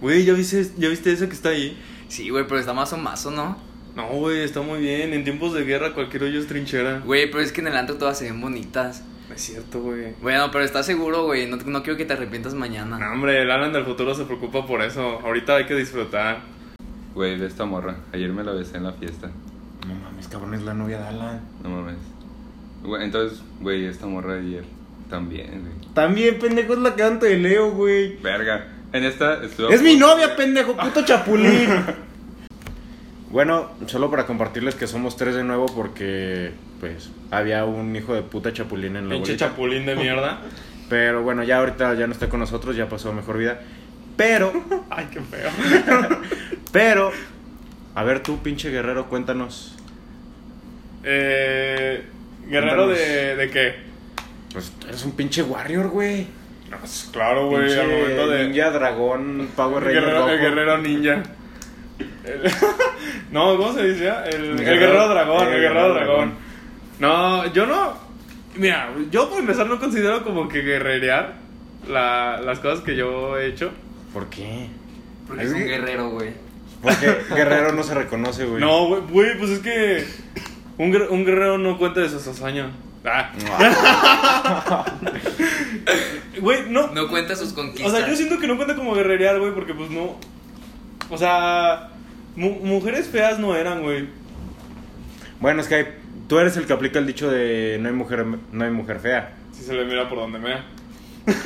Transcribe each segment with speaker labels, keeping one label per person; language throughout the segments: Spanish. Speaker 1: Güey, ¿ya viste, ¿ya viste eso que está ahí?
Speaker 2: Sí, güey, pero está más o más, ¿o no?
Speaker 1: No, güey, está muy bien. En tiempos de guerra cualquier hoyo es trinchera.
Speaker 2: Güey, pero es que en el antro todas se ven bonitas.
Speaker 1: No es cierto, güey.
Speaker 2: Bueno, pero estás seguro, güey. No, no quiero que te arrepientas mañana.
Speaker 1: No, hombre, el Alan del futuro se preocupa por eso. Ahorita hay que disfrutar.
Speaker 3: Güey, ve esta morra. Ayer me la besé en la fiesta.
Speaker 4: No mames, cabrón, es la novia de Alan.
Speaker 3: No mames. Güey, entonces, güey, esta morra ayer también, güey.
Speaker 4: También, pendejo, es la que antes de Leo, güey.
Speaker 3: Verga. En esta estuvo.
Speaker 4: Es mi novia, pendejo, puto chapulín. bueno, solo para compartirles que somos tres de nuevo porque, pues, había un hijo de puta chapulín en la
Speaker 1: Pinche
Speaker 4: bolita.
Speaker 1: chapulín de mierda.
Speaker 4: Pero bueno, ya ahorita ya no está con nosotros, ya pasó a mejor vida. Pero,
Speaker 1: Ay, qué feo.
Speaker 4: pero, a ver tú, pinche guerrero, cuéntanos.
Speaker 1: Eh, ¿Guerrero
Speaker 4: Cuéntanos.
Speaker 1: de, de qué?
Speaker 4: Pues tú eres un pinche warrior, güey.
Speaker 1: No, pues, claro, güey,
Speaker 4: Pinche
Speaker 1: al momento de...
Speaker 4: ninja, dragón,
Speaker 1: el
Speaker 4: Power Ranger
Speaker 1: guerrero, el
Speaker 4: rojo.
Speaker 1: guerrero ninja. El- no, ¿cómo se dice? El, el guerrero,
Speaker 4: guerrero-
Speaker 1: dragón,
Speaker 4: el
Speaker 1: el guerrero
Speaker 4: guerrero
Speaker 1: dragón. No, yo no... Mira, yo por empezar no considero como que guerrerear la- las cosas que yo he hecho.
Speaker 4: ¿Por qué?
Speaker 2: Porque es un
Speaker 4: Ay,
Speaker 2: guerrero, güey.
Speaker 4: Porque guerrero no se reconoce, güey.
Speaker 1: No, güey, güey, pues es que un, guer- un guerrero no cuenta de sus hazañas. Ah, güey, no.
Speaker 2: No cuenta sus conquistas.
Speaker 1: O sea, yo siento que no cuenta como guerrerear, güey, porque pues no. O sea, mu- mujeres feas no eran, güey.
Speaker 4: Bueno, es que hay- tú eres el que aplica el dicho de no hay mujer, no hay mujer fea.
Speaker 1: Si se le mira por donde mea.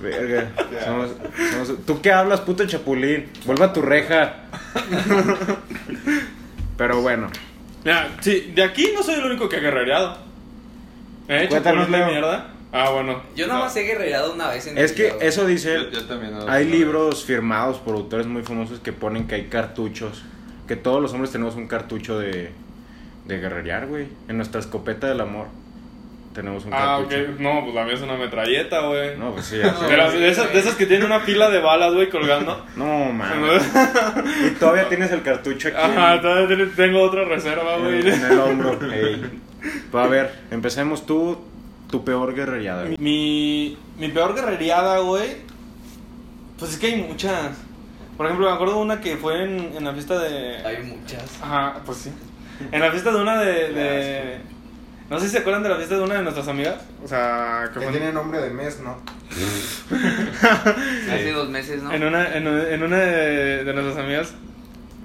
Speaker 4: Verga. Somos- somos- ¿Tú qué hablas, puto chapulín? Vuelva a tu reja. Pero bueno.
Speaker 1: Mira, sí, de aquí no soy el único que ha guerrereado. ¿Eh?
Speaker 4: Cuéntanos,
Speaker 1: chapulín de
Speaker 4: Leo.
Speaker 1: mierda. Ah, bueno.
Speaker 2: Yo nada más he guerrereado una vez en mi
Speaker 4: Es que
Speaker 2: vida, güey.
Speaker 4: eso
Speaker 3: Yo,
Speaker 4: dice...
Speaker 3: yo también. no-
Speaker 4: Hay
Speaker 3: no-
Speaker 4: libros firmados por autores muy famosos que ponen que hay cartuchos. Que todos los hombres tenemos un cartucho de, de guerrerear, güey. En nuestra escopeta del amor tenemos un
Speaker 1: Ah,
Speaker 4: cartucho.
Speaker 1: ok. No, pues la mía es una metralleta, güey.
Speaker 4: No, pues sí, ya sé.
Speaker 1: Pero de esas, de esas que tienen una pila de balas, güey, colgando.
Speaker 4: No, mames. Y todavía tienes el cartucho aquí.
Speaker 1: Ajá,
Speaker 4: en-
Speaker 1: todavía ten- tengo otra reserva,
Speaker 4: en,
Speaker 1: güey.
Speaker 4: en el hombro. ey. Pues, a ver, empecemos tú, tu peor guerrereada. güey.
Speaker 1: Mi, mi peor guerrereada, güey. Pues es que hay muchas. Por ejemplo, me acuerdo de una que fue en, en la fiesta de.
Speaker 2: Hay muchas.
Speaker 1: Ajá, pues sí. En la fiesta de una de. de- no sé si se acuerdan de la fiesta de una de nuestras amigas. O sea, que
Speaker 5: Que
Speaker 1: fue
Speaker 5: tiene
Speaker 1: en,
Speaker 5: nombre de mes, ¿no?
Speaker 2: Hace dos meses, ¿no?
Speaker 1: en una, en, en una de, de nuestras amigas.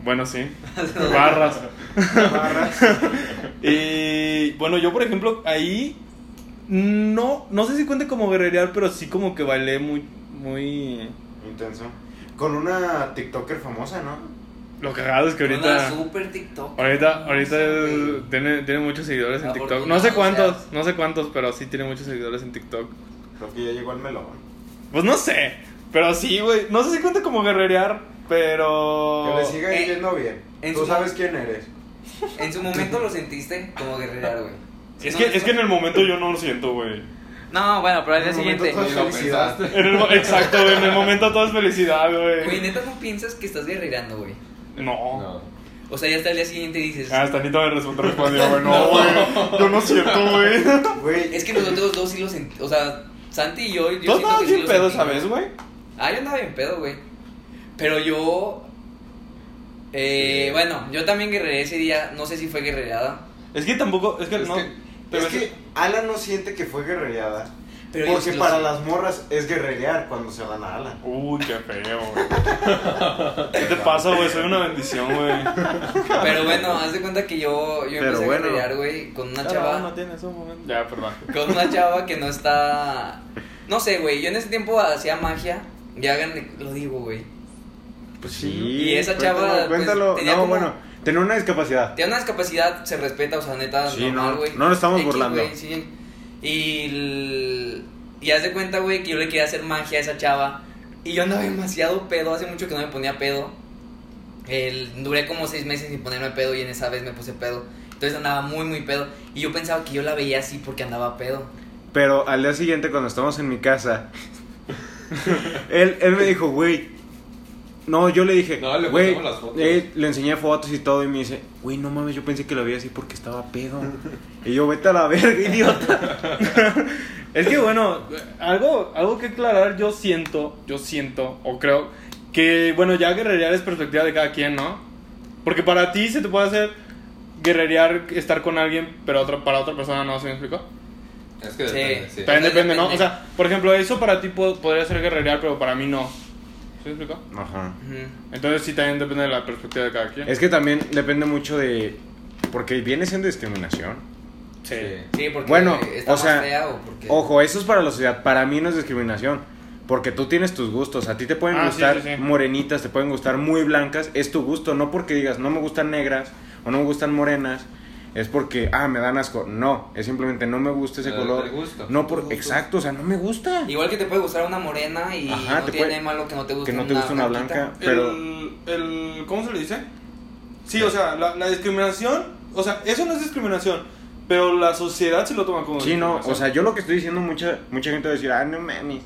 Speaker 1: Bueno, sí. Barras.
Speaker 5: Barras.
Speaker 1: Y bueno, yo por ejemplo, ahí no, no sé si cuente como guerrerear, pero sí como que bailé muy, muy...
Speaker 5: Intenso. Con una TikToker famosa, ¿no?
Speaker 1: Lo cagado es que
Speaker 2: Una
Speaker 1: ahorita...
Speaker 2: super TikTok.
Speaker 1: Ahorita, ahorita
Speaker 2: Sí, güey.
Speaker 1: tiene, tiene muchos seguidores en TikTok. No
Speaker 2: Afortunado
Speaker 1: sé cuántos,
Speaker 2: seas.
Speaker 1: no sé cuántos, pero sí tiene muchos seguidores en TikTok.
Speaker 5: Creo que ya llegó al melón.
Speaker 1: Pues no sé, pero sí, güey. No sé si cuenta como guerrerear, pero...
Speaker 5: Que le siga
Speaker 2: Eh,
Speaker 5: yendo bien.
Speaker 2: en
Speaker 5: Tú
Speaker 2: su-
Speaker 5: sabes quién eres.
Speaker 2: En su momento lo sentiste como guerrerar, güey.
Speaker 1: Es
Speaker 2: No,
Speaker 1: que,
Speaker 2: no,
Speaker 1: es que en el momento yo no lo siento, güey.
Speaker 2: No, bueno, pero al día
Speaker 5: En un
Speaker 2: siguiente.
Speaker 5: momento todo es felicidad.
Speaker 1: En el mo- Exacto, güey, en el momento todo es felicidad,
Speaker 2: Güey,
Speaker 1: güey.
Speaker 2: neta no piensas que estás guerrerando, güey.
Speaker 1: No.
Speaker 3: No.
Speaker 2: O sea, ya hasta el día siguiente dices.
Speaker 1: Ah, hasta Anita me respondió, respondió, güey, no, güey. Yo no siento, güey.
Speaker 5: Güey,
Speaker 2: Es que nosotros dos sí lo sentimos. O sea, Santi y yo. yo
Speaker 1: Todos estabas
Speaker 2: siento que sí
Speaker 1: bien
Speaker 2: lo
Speaker 1: pedo,
Speaker 2: sentimos.
Speaker 1: ¿sabes, güey?
Speaker 2: Ah, yo andaba bien pedo, güey. Pero yo. Eh, bueno, yo también guerreré ese día. No sé si fue guerrerada.
Speaker 1: Es que tampoco, es que
Speaker 3: Es
Speaker 1: no.
Speaker 3: que-
Speaker 1: pero
Speaker 5: es que Alan no siente que fue guerrereada.
Speaker 2: Pero yo sí
Speaker 5: porque
Speaker 2: lo
Speaker 5: para
Speaker 2: sé.
Speaker 5: las morras es guerrerear cuando se dan a Alan.
Speaker 1: Uy, qué feo, güey. ¿Qué te pasa, güey? Soy una bendición, güey.
Speaker 2: Pero bueno, haz de cuenta que yo, yo
Speaker 4: Pero
Speaker 2: empecé
Speaker 4: bueno.
Speaker 2: a guerrerar, güey, con una
Speaker 1: No,
Speaker 2: chava.
Speaker 1: no tienes un momento. Ya, perdón.
Speaker 2: Con una chava que no está. No sé, güey. Yo en ese tiempo hacía magia. Y háganle, lo digo, güey.
Speaker 4: Pues sí.
Speaker 2: Y esa
Speaker 4: cuéntalo,
Speaker 2: chava, pues,
Speaker 4: Cuéntalo.
Speaker 2: tenía
Speaker 4: no,
Speaker 2: como-
Speaker 4: bueno, tenía una discapacidad.
Speaker 2: Tiene una discapacidad, se respeta, o sea, neta,
Speaker 4: Sí,
Speaker 2: normal,
Speaker 4: no,
Speaker 2: güey.
Speaker 4: no nos estamos
Speaker 2: X,
Speaker 4: burlando.
Speaker 2: güey, sí. Y. el- Y haz de cuenta, güey, que yo le quería hacer magia a esa chava. Y yo andaba demasiado pedo, hace mucho que no me ponía pedo. El- duré como seis meses sin ponerme pedo y en esa vez me puse pedo. Entonces andaba muy, muy pedo. Y yo pensaba que yo la veía así porque andaba pedo.
Speaker 4: Pero al día siguiente, cuando estábamos en mi casa, él, él me dijo, güey. No, yo le dije,
Speaker 3: No, le
Speaker 4: güey,
Speaker 3: mandamos las fotos.
Speaker 4: eh, le enseñé fotos y todo y me dice, güey, no mames, yo pensé que lo veía así porque estaba pedo. y yo, vete a la verga, idiota.
Speaker 1: Es que bueno, algo, algo que aclarar, yo siento, yo siento, o creo Que bueno, ya guerrerear es perspectiva de cada quien, ¿no? Porque para ti se te puede hacer guerrerear estar con alguien, pero otra, para otra persona no, ¿se me explicó?
Speaker 3: Es que
Speaker 2: Sí.
Speaker 3: depende, sí.
Speaker 1: También
Speaker 2: Entonces,
Speaker 1: depende, ¿no?
Speaker 2: depende.
Speaker 1: O sea, por ejemplo, eso para ti po- podría ser guerrerear, pero para mí no. ¿Se me explicó?
Speaker 4: Ajá.
Speaker 2: Ujú.
Speaker 1: Entonces sí también depende de la perspectiva de cada quien.
Speaker 4: Es que también depende mucho de. Porque viene siendo discriminación.
Speaker 1: Sí.
Speaker 2: Sí, porque
Speaker 4: Bueno,
Speaker 2: está
Speaker 4: o sea,
Speaker 2: más fea o porque...
Speaker 4: Ojo, eso es para la sociedad. Para mí no es discriminación. Porque tú tienes tus gustos. A ti te pueden
Speaker 1: Ah, sí,
Speaker 4: gustar
Speaker 1: sí, sí.
Speaker 4: morenitas, te pueden gustar muy blancas. Es tu gusto. No porque digas no me gustan negras o no me gustan morenas. Es porque, ah, me dan asco. No, es simplemente no me gusta ese
Speaker 3: El-
Speaker 4: color.
Speaker 3: el gusto.
Speaker 4: No por.
Speaker 2: Gustos.
Speaker 4: Exacto, o sea, no me gusta.
Speaker 2: Igual que te puede gustar una morena y
Speaker 4: Ajá,
Speaker 2: no
Speaker 4: te
Speaker 2: tiene
Speaker 4: puede-
Speaker 2: malo que no te guste
Speaker 4: que no te gusta una blanca. Pero.
Speaker 1: El, el- ¿Cómo se le dice? Sí, o sea, la, la discriminación, o sea, eso no es discriminación, pero la sociedad se lo toma como
Speaker 4: Sí, no, o sea,
Speaker 1: discriminación.
Speaker 4: yo lo que estoy diciendo, mucha, mucha gente va a decir, ah, no mames,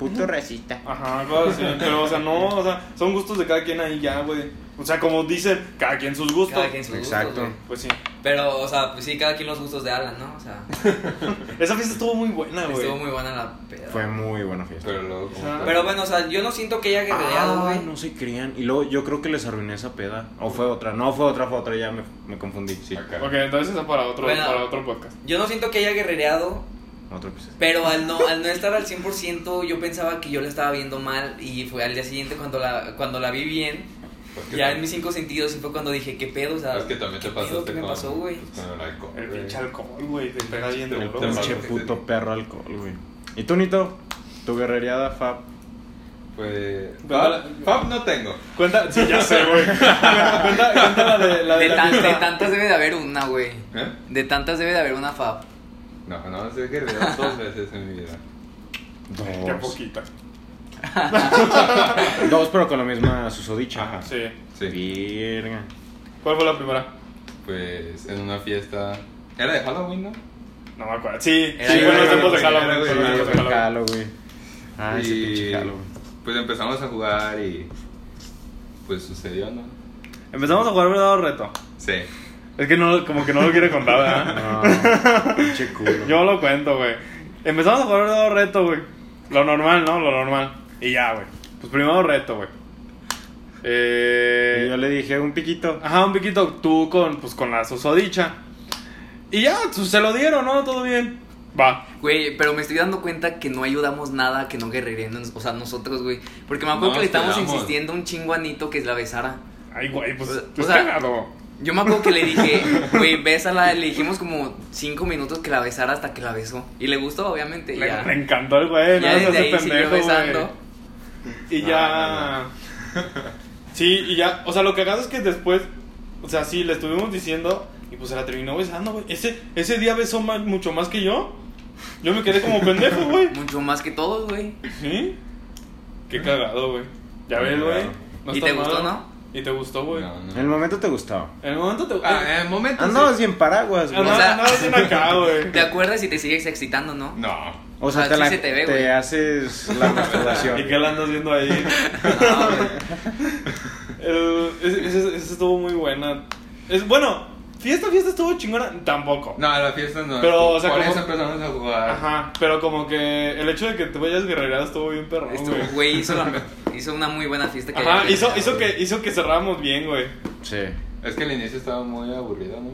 Speaker 4: puto racista.
Speaker 1: Ajá, claro, sí, pero, o sea, no, o sea, son gustos de cada quien ahí ya, güey. O sea, como dicen, cada quien sus gustos.
Speaker 2: Cada quien sus
Speaker 4: Exacto.
Speaker 2: Exacto.
Speaker 1: Pues sí.
Speaker 2: Pero, o sea, pues sí, cada quien los gustos de Alan, ¿no? O sea,
Speaker 1: Esa fiesta estuvo muy buena, güey.
Speaker 2: estuvo muy buena la peda.
Speaker 4: Fue muy buena fiesta.
Speaker 3: Pero luego.
Speaker 1: Ajá.
Speaker 2: Pero bueno, o sea, yo no siento que haya guerreado,
Speaker 4: Ah,
Speaker 2: güey.
Speaker 4: no se creían. Y luego yo creo que les arruiné esa peda. O fue otra, no fue otra, fue otra, ya me, me confundí. Sí,
Speaker 3: Acá.
Speaker 1: Ok, entonces es para otro,
Speaker 2: Bueno.
Speaker 1: para otro podcast.
Speaker 2: Yo no siento que haya guerreado,
Speaker 4: otro episodio.
Speaker 2: pero al no, al no estar al 100% yo pensaba que yo la estaba viendo mal y fue al día siguiente cuando la, cuando la vi bien,
Speaker 3: Pues que
Speaker 2: ya
Speaker 3: tam-
Speaker 2: en mis cinco sentidos y fue cuando dije, ¿qué pedo? O sea,
Speaker 3: Es que también
Speaker 2: ¿qué
Speaker 3: te
Speaker 2: pedo?
Speaker 3: pasaste
Speaker 2: ¿Qué me
Speaker 3: con,
Speaker 2: pasó, güey?
Speaker 3: pues, con el alcohol.
Speaker 1: El
Speaker 3: güey.
Speaker 1: pinche alcohol, güey, te pega bien
Speaker 3: Te-
Speaker 1: duro.
Speaker 3: te
Speaker 1: güey.
Speaker 4: Pinche puto perro alcohol, güey. ¿Y tú, Nito? Tu guerrereada, Fab.
Speaker 3: Pues.
Speaker 1: Pero-
Speaker 3: Fab no tengo.
Speaker 1: Cuenta, sí, ya sé, güey. Cuenta, cuenta, cuenta la de la de
Speaker 2: De,
Speaker 1: la
Speaker 2: tan-
Speaker 1: fiesta.
Speaker 2: de tantas debe de haber una, güey.
Speaker 3: ¿Eh?
Speaker 2: De tantas debe de haber una fab.
Speaker 3: No, no, sé que reo dos veces en mi vida.
Speaker 1: Qué
Speaker 4: Dos.
Speaker 1: poquita.
Speaker 4: Dos, pero con la misma susodicha.
Speaker 3: Ajá.
Speaker 1: Sí.
Speaker 3: Sí.
Speaker 4: Verga.
Speaker 1: ¿Cuál fue la primera?
Speaker 3: Pues en una fiesta. ¿Era de Halloween, no?
Speaker 1: No me acuerdo. Sí,
Speaker 2: Era
Speaker 1: sí,
Speaker 2: yo,
Speaker 1: fue en los
Speaker 2: era
Speaker 1: tiempos de
Speaker 3: yo, era
Speaker 1: Halloween.
Speaker 3: yo,
Speaker 1: fue en los tiempos
Speaker 3: era yo,
Speaker 1: de
Speaker 4: Pinche
Speaker 1: Halloween.
Speaker 4: calo, güey. Ah, ese pinche calo, güey.
Speaker 3: Pues empezamos a jugar y. Pues sucedió, ¿no?
Speaker 1: Empezamos a jugar verdadero reto.
Speaker 3: Sí.
Speaker 1: Es que no, como que no lo quiere contar, ¿verdad?
Speaker 4: No, pinche culo.
Speaker 1: Yo lo cuento, güey. Empezamos a jugar verdadero reto, güey. Lo normal, ¿no? Lo normal. Y ya, güey. Pues primero reto, güey. Eh...
Speaker 4: Y yo le dije un piquito.
Speaker 1: Ajá, un piquito tú con, pues, con la susodicha. Y ya, pues, se lo dieron, ¿no? Todo bien. Va.
Speaker 2: Güey, pero me estoy dando cuenta que no ayudamos nada, que no guerrereando, o sea, nosotros, güey. Porque me acuerdo
Speaker 3: No,
Speaker 2: que le estamos
Speaker 3: esperamos.
Speaker 2: insistiendo un chingo a Nito que la besara.
Speaker 1: Ay, güey, pues,
Speaker 2: O-
Speaker 1: pues
Speaker 2: o sea-
Speaker 1: cagado.
Speaker 2: Yo me acuerdo que le dije, güey, bésala, le dijimos como cinco minutos que la besara hasta que la besó. Y le gustó, obviamente, y
Speaker 1: Le,
Speaker 2: ya.
Speaker 1: le encantó el güey,
Speaker 2: ya
Speaker 1: no se
Speaker 2: desde
Speaker 1: hace
Speaker 2: ahí
Speaker 1: pendejo,
Speaker 2: siguió besando.
Speaker 1: güey. Y
Speaker 3: No,
Speaker 1: ya.
Speaker 3: no,
Speaker 1: sí, y ya. O sea, lo que cagado es que después. O sea, sí, le estuvimos diciendo. Y pues se la terminó besando, güey. Ese, ese día besó más- mucho más que yo. Yo me quedé como pendejo, güey.
Speaker 2: Mucho más que todos, güey.
Speaker 1: ¿Sí? Qué cagado, güey. Ya ves, güey.
Speaker 2: ¿Y
Speaker 1: está
Speaker 2: te
Speaker 1: mal.
Speaker 2: gustó, no?
Speaker 1: Y te gustó, güey.
Speaker 3: No, no.
Speaker 4: En el momento te gustaba.
Speaker 1: En el momento te.
Speaker 3: Ah, en el momento.
Speaker 4: Andabas
Speaker 3: sí.
Speaker 4: bien paraguas, güey.
Speaker 2: O sea-
Speaker 1: no, no, no, acá, güey.
Speaker 2: ¿Te acuerdas y te sigues excitando, no?
Speaker 3: No.
Speaker 4: O sea,
Speaker 2: Ah,
Speaker 4: te,
Speaker 2: sí
Speaker 4: la-
Speaker 2: se te ve,
Speaker 4: te
Speaker 2: güey.
Speaker 4: haces la masturbación.
Speaker 1: ¿Y qué la andas viendo ahí?
Speaker 2: No, güey.
Speaker 1: El- ese- ese- esa estuvo muy buena. Es, bueno, fiesta, fiesta estuvo chingona. Tampoco.
Speaker 3: No, a la fiesta no.
Speaker 1: Pero, o sea,
Speaker 3: Por
Speaker 1: como-
Speaker 3: eso empezamos a jugar.
Speaker 1: Ajá, pero como que el hecho de que te vayas guerrerado estuvo bien perrón,
Speaker 2: Estuvo-
Speaker 1: güey.
Speaker 2: Güey, hizo, la- hizo una muy buena fiesta que
Speaker 1: Ajá,
Speaker 2: había
Speaker 1: hizo,
Speaker 2: organizado,
Speaker 1: hizo,
Speaker 2: güey.
Speaker 1: que, hizo que cerráramos bien, güey.
Speaker 4: Sí.
Speaker 3: Es que el inicio estaba muy aburrido, ¿no?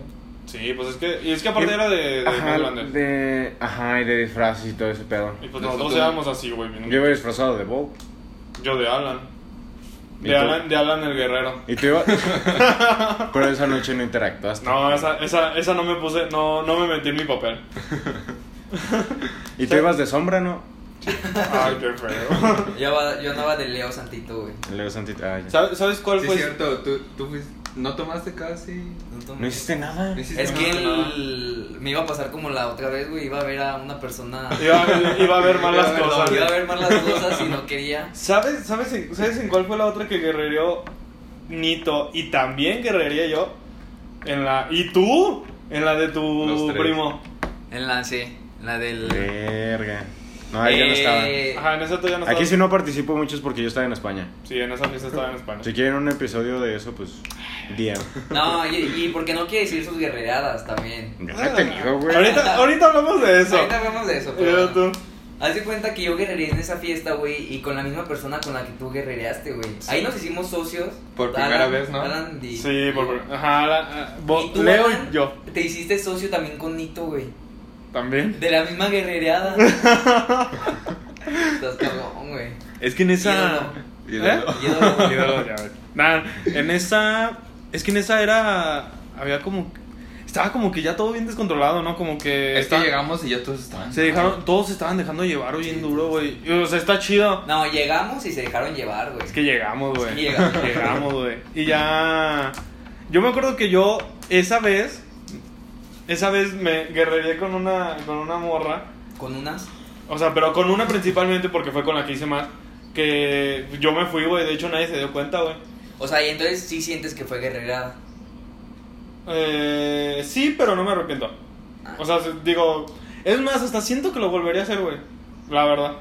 Speaker 1: Sí, pues es que, y es que aparte era de, de
Speaker 4: ajá,
Speaker 1: Homelander.
Speaker 4: de, ajá, y de disfraces y todo ese pedo.
Speaker 1: Y pues
Speaker 3: Nosotros-
Speaker 1: nosotros éramos así, güey.
Speaker 4: Yo iba disfrazado de Bob.
Speaker 1: Yo de Alan.
Speaker 4: ¿Y
Speaker 1: De
Speaker 4: tú?
Speaker 1: Alan, de Alan el guerrero.
Speaker 4: Y tú ibas... Pero esa noche no interactuaste.
Speaker 1: No, esa, esa, esa no me puse, no, no me metí en mi papel.
Speaker 4: Y tú ibas de sombra, ¿no?
Speaker 1: Ay, qué feo.
Speaker 2: Yo, andaba- yo andaba de Leo Santito, güey.
Speaker 4: Luego Santita... ay,
Speaker 1: ¿Sabes, sabes cuál
Speaker 3: Sí,
Speaker 1: fue?
Speaker 3: es cierto. Tú, tú fuiste- no tomaste casi.
Speaker 4: No hiciste nada.
Speaker 3: No hiciste
Speaker 2: Es
Speaker 3: nada.
Speaker 2: que el- me iba a pasar como la otra vez, güey. Iba a ver a una persona.
Speaker 1: Iba, iba a ver mal las
Speaker 3: Iba a ver
Speaker 1: cosas.
Speaker 2: Iba a ver mal las cosas y no quería.
Speaker 1: ¿Sabes, sabes, en- ¿Sabes en cuál fue la otra que guerrereó Nito? Y también guerrería yo. En la. ¿Y tú? En la de
Speaker 3: Los
Speaker 1: tu
Speaker 3: tres.
Speaker 1: primo.
Speaker 2: En la, sí, la del.
Speaker 4: Verga. No, ahí yo no estaba.
Speaker 2: Eh,
Speaker 1: Ajá, en esa tú ya no
Speaker 4: Aquí
Speaker 1: estabas.
Speaker 4: sí no participo mucho es porque yo estaba en España.
Speaker 1: Sí, en esa fiesta estaba en España.
Speaker 4: Si quieren un episodio de eso, pues... Día.
Speaker 2: No, y, y porque no quiere decir sus guerrereadas también.
Speaker 1: Ah.
Speaker 4: Yo no he tenido, güey.
Speaker 1: Ahorita, ahorita hablamos de eso.
Speaker 2: Ahorita hablamos de eso,
Speaker 1: Mira
Speaker 2: pero.
Speaker 1: tú.
Speaker 2: Haz de cuenta que yo guerrería en esa fiesta, güey, y con la misma persona con la que tú guerrereaste, güey. Ahí nos hicimos socios.
Speaker 3: Por primera vez, ¿no?
Speaker 2: Alan y-
Speaker 1: Sí, por, por- ajá, la- ah,
Speaker 2: y
Speaker 1: vos-
Speaker 2: tú,
Speaker 1: Leo
Speaker 2: Alan,
Speaker 1: y yo
Speaker 2: Te hiciste socio también con Nito, güey.
Speaker 1: también.
Speaker 2: De la misma guerrereada. Estás cabrón, güey.
Speaker 1: Es que en esa
Speaker 3: Y
Speaker 1: ¿Eh?
Speaker 3: luego-
Speaker 2: Ídolo, güey.
Speaker 1: Ídolo, ya ves. Nah, en esa es que en esa era había como estaba como que ya todo bien descontrolado, ¿no? Como que
Speaker 3: Es que
Speaker 1: está-
Speaker 3: llegamos y ya todos estaban. Ah,
Speaker 1: se dejaron todos se estaban dejando llevar bien duro, güey. Y, O sea, está chido.
Speaker 2: No, llegamos y se dejaron llevar, güey.
Speaker 1: Es que llegamos, güey.
Speaker 2: Es que llegamos.
Speaker 1: Llegamos, güey. Y ya. Yo me acuerdo que yo, esa vez. Esa vez me guerrería con una, con una morra.
Speaker 2: Con unas.
Speaker 1: O sea, pero con una principalmente porque fue con la que hice más. Que yo me fui, güey. De hecho, nadie se dio cuenta, güey.
Speaker 2: O sea, y entonces sí sientes que fue guerrerada.
Speaker 1: Eh, sí, pero no me arrepiento. O sea, digo. Es más, hasta siento que lo volvería a hacer, güey. La verdad.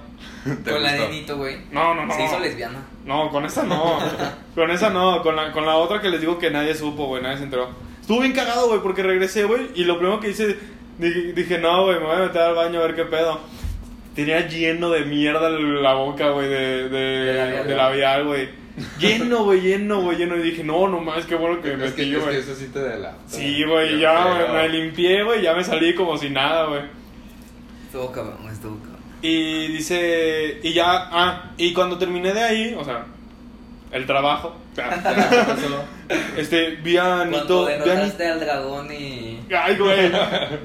Speaker 3: ¿Te
Speaker 2: Con la
Speaker 3: gustó?
Speaker 2: de Nito, güey.
Speaker 1: No, no, no.
Speaker 2: Se hizo lesbiana.
Speaker 1: No, con esa no. con esa no. Con la, con la otra que les digo que nadie supo, güey. Nadie se enteró. Estuvo bien cagado, güey, porque regresé, güey. Y lo primero que hice, dije, dije, no, güey, me voy a meter al baño a ver qué pedo. Tenía lleno de mierda la boca, güey, de,
Speaker 2: De
Speaker 1: de,
Speaker 2: labial,
Speaker 1: de
Speaker 2: ¿no?
Speaker 1: labial, güey. Lleno, güey, lleno, güey, lleno. Y dije, no, no más, qué bueno que me
Speaker 3: Es que,
Speaker 1: metí,
Speaker 3: es que
Speaker 1: güey.
Speaker 3: eso sí te delata.
Speaker 1: Sí, güey,
Speaker 3: Yo
Speaker 1: ya,
Speaker 3: creo.
Speaker 1: güey, me limpié, güey, ya me salí como si nada, güey.
Speaker 2: Estuvo cabrón, estuvo cabrón.
Speaker 1: Y dice, y ya, ah, y cuando terminé de ahí, o sea, el trabajo,
Speaker 3: Ya, pásalo.
Speaker 1: Este, vi a Anito.
Speaker 2: Cuando
Speaker 1: Vi a Anito
Speaker 2: derrotaste al dragón y.
Speaker 1: ay, güey.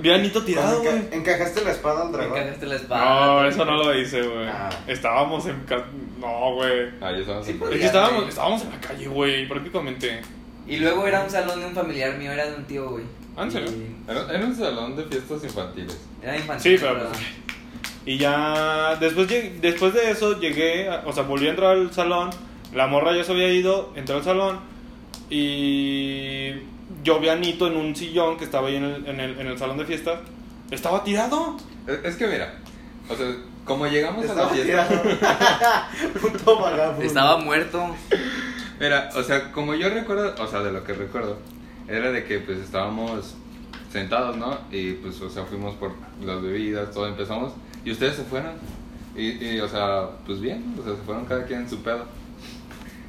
Speaker 1: Vi a Anito
Speaker 5: Enca-
Speaker 1: tirado, güey.
Speaker 5: encajaste la espada al
Speaker 2: Le
Speaker 5: dragón.
Speaker 2: cagaste la espada.
Speaker 1: No, eso no lo hice, güey.
Speaker 5: Ah.
Speaker 1: Estábamos en. ca- No, güey.
Speaker 3: Ah, ya estamos
Speaker 2: Sí,
Speaker 3: en-
Speaker 2: pues.
Speaker 1: Es que estábamos, estábamos en la calle, güey, prácticamente.
Speaker 2: Y luego era un salón de un familiar mío, era de un tío, güey.
Speaker 1: Ah, ¿en serio?
Speaker 2: Y-
Speaker 3: Era, era un salón de fiestas infantiles.
Speaker 2: Era
Speaker 1: Sí,
Speaker 2: infantil.
Speaker 1: pero- pues,
Speaker 2: ¿verdad?
Speaker 1: Y ya. Después, lleg- después de eso llegué. a- O sea, volví a entrar al salón. La morra ya se había ido. Entré al salón. Y. Yo vi a Anito en un sillón que estaba ahí en el, en el, en el salón de fiestas. Estaba tirado.
Speaker 3: Es, es que mira, o sea, como llegamos a la
Speaker 5: Estaba
Speaker 3: fiesta.
Speaker 5: tirado. Puto
Speaker 1: Ah,
Speaker 5: vagabundo.
Speaker 1: pues,
Speaker 2: Estaba muerto.
Speaker 3: Mira, o sea, como yo recuerdo, o sea, de lo que recuerdo, era de que pues estábamos sentados, ¿no? Y pues, o sea, fuimos por las bebidas, todo empezamos. Y ustedes se fueron. Y, y, o sea, pues bien, o sea, se fueron cada quien en su pedo.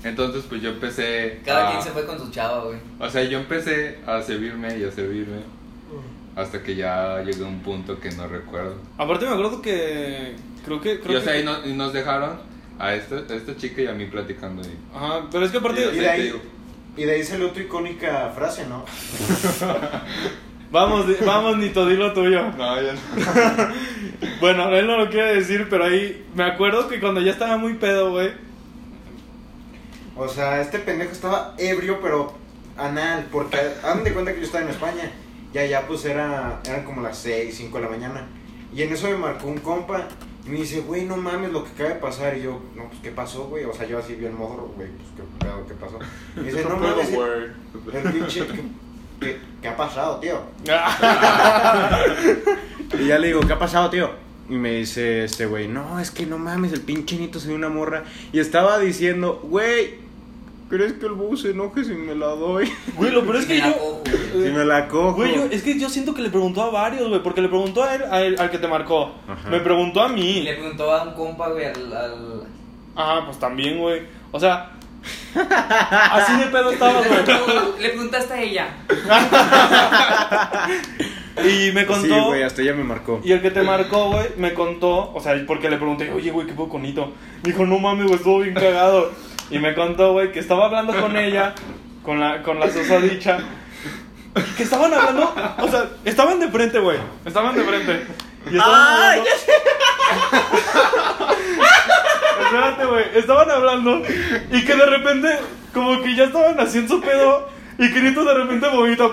Speaker 3: Entonces, pues yo empecé.
Speaker 2: Cada
Speaker 1: Ah.
Speaker 3: a-
Speaker 2: quien se fue con su chava, güey.
Speaker 3: O sea, yo empecé a servirme y a servirme. Hasta que ya llegué a un punto que no recuerdo.
Speaker 1: Aparte, me acuerdo que. Creo que. Creo
Speaker 3: Y, o
Speaker 1: que-
Speaker 3: sea, y, no- y nos dejaron a esta, a esta chica y a mí platicando. Y,
Speaker 1: Ajá, pero es que aparte.
Speaker 3: y, o
Speaker 5: y
Speaker 3: sea,
Speaker 5: de ahí-
Speaker 3: te digo,
Speaker 5: Y de ahí salió tu icónica frase, ¿no?
Speaker 1: Vamos, di- vamos, Nito, dilo tuyo.
Speaker 3: No, ya no.
Speaker 1: Bueno, él no lo quiere decir, pero ahí me acuerdo que cuando ya estaba muy pedo, güey.
Speaker 5: O sea, este pendejo estaba ebrio, pero anal, porque hagan de cuenta que yo estaba en España y allá pues era, eran como las 6, 5 de la mañana. Y en eso me marcó un compa y me dice, güey, no mames lo que acaba de pasar. Y yo, no, pues, ¿qué pasó, güey? O sea, yo así bien morro, güey, pues, ¿qué pedo, qué pasó? Y dice, no mames, el, el pinche, ¿qué, qué, qué ha pasado, tío?
Speaker 4: Y ya le digo, ¿qué ha pasado, tío? Y me dice este güey, no, es que no mames, el pinche nito se dio una morra. Y estaba diciendo, güey, ¿crees que el bus se enoje si me la doy?
Speaker 1: Güey, lo peor es que
Speaker 2: Me la
Speaker 1: yo.
Speaker 2: cojo, güey.
Speaker 4: Si me la cojo.
Speaker 1: Güey, yo- eh, es que yo siento que le preguntó a varios, güey, porque le preguntó a él, a él, al que te marcó.
Speaker 4: Ajá.
Speaker 1: Me preguntó a
Speaker 2: Y
Speaker 1: mí.
Speaker 2: le preguntó a un compa, güey, al. al...
Speaker 1: Ajá, pues también, güey. O sea, así de pedo estaba,
Speaker 2: Le
Speaker 1: güey.
Speaker 2: preguntó- Le preguntaste a ella.
Speaker 1: Y me contó.
Speaker 4: Sí, güey, hasta ella me marcó.
Speaker 1: Y el que te marcó, güey, me contó, o sea, porque le pregunté, oye, güey, ¿qué fue con Nito? Me dijo, no mames, güey, estuvo bien cagado. Y me contó, güey, que estaba hablando con ella, con la, con la sosadicha, y que estaban hablando, o sea, estaban de frente, güey, estaban de frente. Y estaban hablando... Espérate, güey, estaban hablando y que de repente, como que ya estaban haciendo su pedo y que Nito de repente vomita.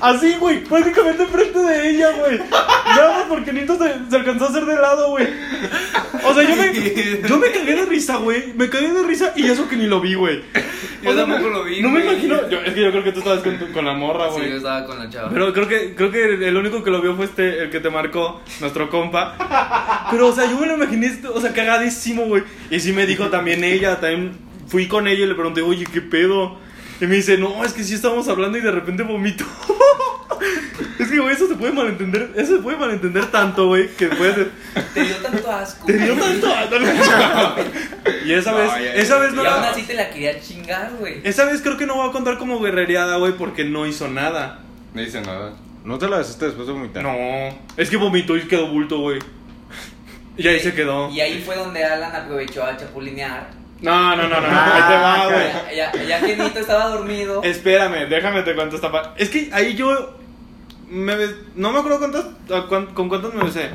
Speaker 1: Así, güey, prácticamente enfrente de ella, güey. Nada más porque Nito se, se alcanzó a hacer de lado, güey. O sea, yo me, yo me cagué de risa, güey. Me cagué de risa y eso que ni lo vi, güey.
Speaker 2: Yo
Speaker 1: O sea,
Speaker 2: tampoco
Speaker 1: me-
Speaker 2: lo vi,
Speaker 1: No me
Speaker 2: güey.
Speaker 1: imagino. yo- es que yo creo que tú estabas con, tu- con la morra,
Speaker 2: Sí,
Speaker 1: Ah, güey.
Speaker 2: yo estaba con la chava.
Speaker 1: Pero creo que, creo que el único que lo vio fue este, el que te marcó, nuestro compa. Pero, o sea, yo me lo imaginé, o sea, cagadísimo, güey. Y sí me dijo también ella, también fui con ella y le pregunté, oye, ¿qué pedo? Y me dice, no, es que sí estábamos hablando y de repente vomito. Es que, güey, eso se puede malentender. Eso se puede malentender tanto, güey, que puede ser.
Speaker 2: Te dio tanto asco.
Speaker 1: Te dio
Speaker 2: güey.
Speaker 1: tanto. y esa
Speaker 3: No,
Speaker 1: vez,
Speaker 3: ya,
Speaker 1: esa
Speaker 3: ya,
Speaker 1: vez
Speaker 2: Y
Speaker 1: no
Speaker 3: ya.
Speaker 1: la.
Speaker 2: aún así te la quería chingar, güey.
Speaker 1: Esa vez creo que no voy a contar como guerrereada, güey, porque no hizo nada.
Speaker 3: No dice nada.
Speaker 4: ¿No te la besaste después de vomitar?
Speaker 1: No. Es que vomitó y quedó bulto, güey. Y ahí se quedó.
Speaker 2: Y ahí fue donde Alan aprovechó a chapulinear.
Speaker 1: No, no, no, no.
Speaker 5: Ah,
Speaker 1: Ahí te va, güey.
Speaker 2: Ya, ya, ya que Nito estaba dormido.
Speaker 1: Espérame, déjame te cuento esta parte. Es que ahí yo. Me bes- No me acuerdo cuántas, a cuán- con cuántas me besé.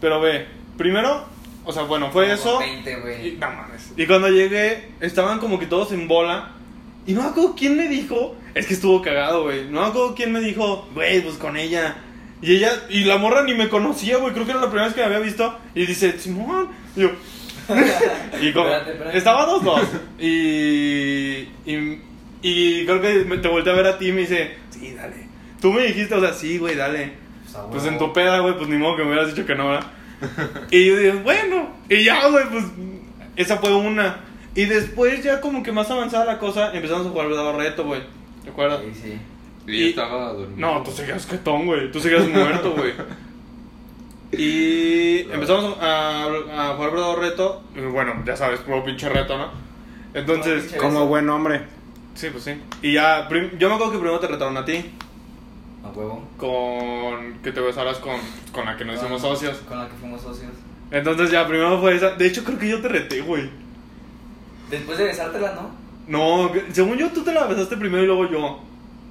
Speaker 1: Pero ve, primero, o sea, bueno, fue
Speaker 2: Como
Speaker 1: eso.
Speaker 2: 20,
Speaker 1: Y,
Speaker 2: güey.
Speaker 1: no mames. Y cuando llegué, estaban como que todos en bola. Y no me acuerdo quién me dijo. Es que estuvo cagado, güey. No me acuerdo quién me dijo, güey, pues con ella. Y ella, y la morra ni me conocía, güey. Creo que era la primera vez que me había visto. Y dice, Simón. Y yo. y como,
Speaker 2: Espérate, espérate.
Speaker 1: estaba dos, dos. Y, y. y creo que me- te volteé a ver a ti y me dice, sí, dale. Tú me dijiste, o sea, sí, güey, dale. Pues en tu peda, güey, pues ni modo que me hubieras dicho que no, ¿verdad? Y yo dije, bueno. Y ya, güey, pues esa fue una. Y después, ya como que más avanzada la cosa, empezamos a jugar verdadero reto, güey. ¿Te acuerdas?
Speaker 2: Sí, sí.
Speaker 3: Y,
Speaker 1: Y-
Speaker 3: estaba dormido.
Speaker 1: No, tú seguías quetón, güey. Tú seguías muerto, güey. Y empezamos a, a jugar verdadero reto. Y Bueno, ya sabes, puro pinche reto, ¿no? Entonces,
Speaker 2: Puro
Speaker 4: Como buen hombre.
Speaker 1: sí, pues sí. Y ya, prim- yo me acuerdo que primero te retaron a ti.
Speaker 2: A huevo.
Speaker 1: Con que te besaras con, con la que nos hicimos
Speaker 2: Con-
Speaker 1: socios.
Speaker 2: Con la que fuimos socios.
Speaker 1: Entonces ya, primero fue esa. De hecho, creo que yo te reté, güey.
Speaker 2: Después de besártela, ¿no?
Speaker 1: No, que- según yo, tú te la besaste primero y luego yo.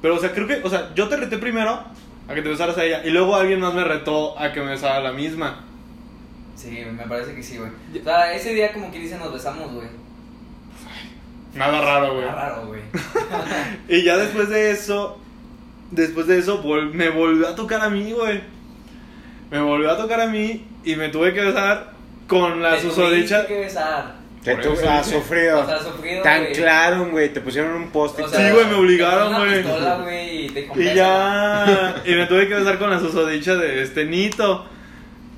Speaker 1: Pero, o sea, creo que, o sea, yo te reté primero a que te besaras a ella. Y luego alguien más me retó a que me besara a la misma.
Speaker 2: Sí, me parece que sí, güey. O sea, ese día como que dice nos besamos, güey.
Speaker 1: Nada raro, Ah, güey.
Speaker 2: Está raro, güey.
Speaker 1: Y ya después de eso, después de eso, vol- me volvió a tocar a mí, güey. Me volvió a tocar a mí y me tuve que besar con la
Speaker 2: Te tuviste
Speaker 1: susodicha.
Speaker 2: que besar.
Speaker 4: Te
Speaker 1: Por
Speaker 4: tu-
Speaker 1: eso,
Speaker 4: ah,
Speaker 1: sí.
Speaker 4: sufrido.
Speaker 2: O sea, sufrido,
Speaker 4: Tan
Speaker 2: güey.
Speaker 4: claro, güey. Te pusieron un post-it.
Speaker 2: O
Speaker 1: sea, Sí, güey, me obligaron,
Speaker 2: te ponen
Speaker 1: güey.
Speaker 2: una pistola, güey, y te
Speaker 1: Y
Speaker 2: confesan.
Speaker 1: ya, y me tuve que besar con la susodicha de este Nito.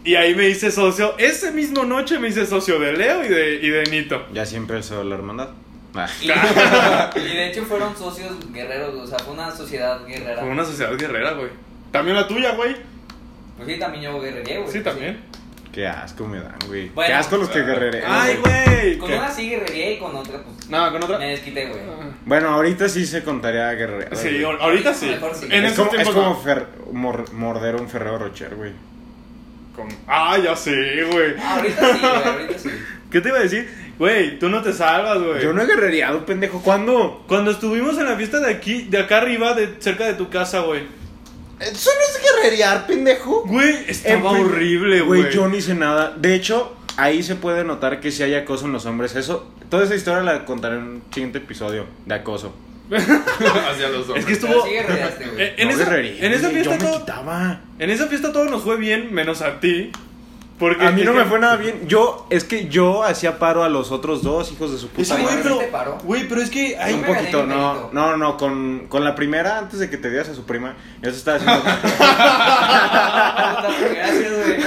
Speaker 1: Y ahí me hice socio, ese mismo noche me hice socio de Leo y de, y de Nito.
Speaker 4: Ya siempre empezó la hermandad. Ah.
Speaker 2: Y, y de hecho fueron socios guerreros, o sea, fue una sociedad guerrera.
Speaker 1: Fue una sociedad guerrera, güey. También la tuya, güey.
Speaker 2: Pues sí, también yo guerreré, güey.
Speaker 1: Sí, también.
Speaker 4: Qué asco me dan, güey. Qué
Speaker 2: Bueno,
Speaker 4: asco los que
Speaker 3: ah,
Speaker 4: guerrerean.
Speaker 1: Ay,
Speaker 4: Eh, güey.
Speaker 1: güey.
Speaker 2: Con
Speaker 1: ¿Qué?
Speaker 2: una sí guerreré y con otra, pues,
Speaker 1: No, con otra.
Speaker 2: me desquité, güey.
Speaker 4: Bueno, ahorita sí se contaría guerrerear.
Speaker 1: Sí,
Speaker 4: güey.
Speaker 1: ahor- ahorita sí.
Speaker 2: Mejor sí.
Speaker 1: En
Speaker 4: es
Speaker 1: esos
Speaker 4: como, es
Speaker 1: tiempos
Speaker 4: como
Speaker 1: no.
Speaker 4: fer- mor- morder un Ferrero Rocher, güey.
Speaker 1: Con- Ah, ya sé, güey.
Speaker 2: Ah, ahorita sí, güey, ahorita sí.
Speaker 1: ¿Qué te iba a decir? Güey, tú no te salvas, güey.
Speaker 4: Yo no he guerrereado, pendejo. ¿Cuándo?
Speaker 1: Cuando estuvimos en la fiesta de aquí, de acá arriba, de cerca de tu casa, güey.
Speaker 4: Eh, Eso no es guerrerear, pendejo.
Speaker 1: Güey,
Speaker 4: En
Speaker 1: estaba
Speaker 4: prim-
Speaker 1: horrible, güey.
Speaker 4: Yo no hice nada. De hecho, ahí se puede notar que si hay acoso en los hombres. Eso, toda esa historia la contaré en un siguiente episodio de acoso.
Speaker 3: Hacia los
Speaker 1: Es
Speaker 3: hombres.
Speaker 1: que estuvo.
Speaker 2: Pero sí guerrereaste, güey.
Speaker 1: Eh, En
Speaker 4: no
Speaker 1: esa-
Speaker 4: guerrereé,
Speaker 1: en esa
Speaker 4: güey,
Speaker 1: fiesta
Speaker 4: yo me
Speaker 1: todo-
Speaker 4: quitaba.
Speaker 1: En esa fiesta todo nos fue bien, menos a ti. Porque
Speaker 4: a mí
Speaker 1: es
Speaker 4: no
Speaker 1: que-
Speaker 4: me fue nada bien. Yo, es que yo hacía paro a los otros dos hijos de su
Speaker 1: Es
Speaker 4: puta
Speaker 1: que,
Speaker 4: madre.
Speaker 1: güey,
Speaker 2: ¿Sí te paró?
Speaker 1: pero. Güey, pero es que. Ay,
Speaker 4: un
Speaker 2: me gané
Speaker 4: poquito,
Speaker 2: mi
Speaker 4: no,
Speaker 2: pelito.
Speaker 4: no, no, con, con la primera, antes de que te dieras a su prima, yo se estaba haciendo,
Speaker 2: Puta, pues, Gracias, güey.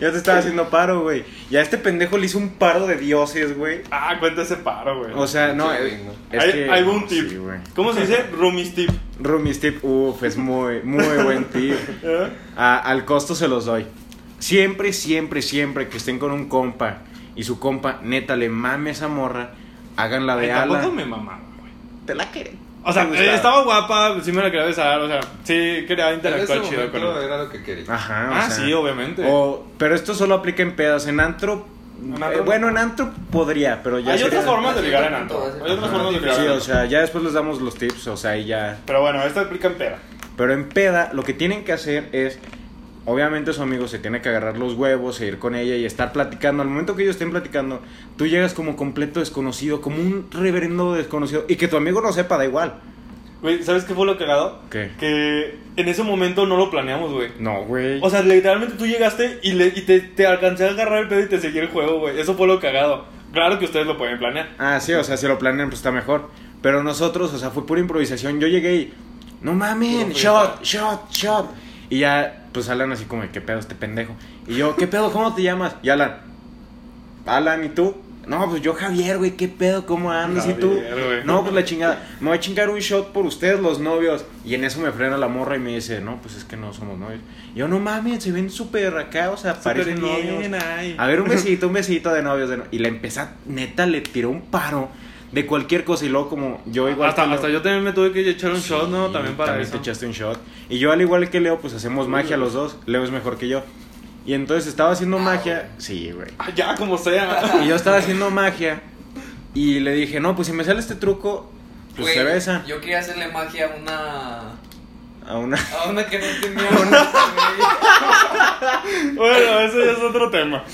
Speaker 4: yo te estaba haciendo paro, güey. Y a este pendejo le hice un paro de dioses, güey.
Speaker 1: Ah, cuenta ese paro, güey.
Speaker 4: O sea, no,
Speaker 3: Sí,
Speaker 4: eh,
Speaker 3: ¿no?
Speaker 4: es
Speaker 1: hay,
Speaker 4: que-
Speaker 1: hay un
Speaker 4: no,
Speaker 1: tip.
Speaker 4: sí, güey.
Speaker 1: ¿Cómo se dice? Roomies tip.
Speaker 4: Roomies tip, uff, es muy, muy buen tip.
Speaker 1: ¿Eh?
Speaker 4: A- al costo se los doy. Siempre, siempre, siempre que estén con un compa y su compa, neta, le mame esa morra, hagan la
Speaker 1: Ay,
Speaker 4: de ala. Pues
Speaker 1: tampoco me mamaba, güey.
Speaker 4: Te la quiere.
Speaker 1: O sea,
Speaker 4: Te gustaba.
Speaker 1: eh, estaba guapa, sí me la quería besar, o sea, sí quería
Speaker 3: En ese
Speaker 1: interactuar chido con
Speaker 3: momento
Speaker 1: ella.
Speaker 3: era lo que quería.
Speaker 4: Ajá, eh. o
Speaker 1: Ah,
Speaker 4: sea,
Speaker 1: sí, obviamente.
Speaker 4: o- pero esto solo aplica en pedas. En antro.
Speaker 1: En antro
Speaker 4: eh,
Speaker 1: no.
Speaker 4: bueno, en antro podría, pero ya.
Speaker 1: Hay
Speaker 4: sería-
Speaker 1: otras formas de ligar en antro.
Speaker 2: Ajá.
Speaker 1: Hay otras formas de ligar
Speaker 4: Sí,
Speaker 1: en
Speaker 4: o
Speaker 1: antro.
Speaker 4: sea, ya después les damos los tips, o sea, y ya.
Speaker 1: Pero bueno, esto aplica en pera.
Speaker 4: Pero en peda, lo que tienen que hacer es. Obviamente su amigo se tiene que agarrar los huevos e ir con ella y estar platicando. Al momento que ellos estén platicando, tú llegas como completo desconocido, como un reverendo desconocido. Y que tu amigo no sepa, da igual.
Speaker 1: Güey, ¿sabes qué fue lo cagado?
Speaker 4: ¿Qué?
Speaker 1: Que en ese momento no lo planeamos, güey.
Speaker 4: No, güey.
Speaker 1: O sea, literalmente tú llegaste y, le, y te, te alcancé a agarrar el pedo y te seguí el juego, güey. Eso fue lo cagado. Claro que ustedes lo pueden planear.
Speaker 4: Ah, sí, o sea, si lo planean, pues está mejor. Pero nosotros, o sea, fue pura improvisación. Yo llegué y, no mamen, shot, shot, shot. Y ya, pues Alan así como, ¿qué pedo este pendejo? Y yo, ¿qué pedo? ¿Cómo te llamas? Y Alan, Alan, ¿y tú? No, pues yo Javier, güey, qué pedo, cómo andas y Ah, tú.
Speaker 3: Javier, güey.
Speaker 4: No, pues la chingada. Me voy a chingar un shot por ustedes, los novios. Y en eso me frena la morra y me dice, no, pues es que no somos novios. Yo no mames, se ven súper acá, o sea, parecen novios.
Speaker 1: ay.
Speaker 4: A ver, un besito, un besito de novios. de no- Y la empezá, neta, le tiró un paro de cualquier cosa. Y luego, como yo igual.
Speaker 1: hasta,
Speaker 4: que Leo-
Speaker 1: hasta yo también me tuve que echar un shot, ¿no?
Speaker 4: Sí,
Speaker 1: También para eso.
Speaker 4: te echaste un shot. Y yo, al igual que Leo, pues hacemos magia los dos. Leo es mejor que yo. Y entonces estaba haciendo magia. Sí, güey.
Speaker 1: Ah, ya, como sea.
Speaker 4: Y yo estaba haciendo magia. Y le dije, no, pues si me sale este truco, pues
Speaker 2: Güey,
Speaker 4: se besa.
Speaker 2: Yo quería hacerle magia a una.
Speaker 4: A una.
Speaker 2: A una que no tenía una.
Speaker 1: bueno, eso ya es otro tema.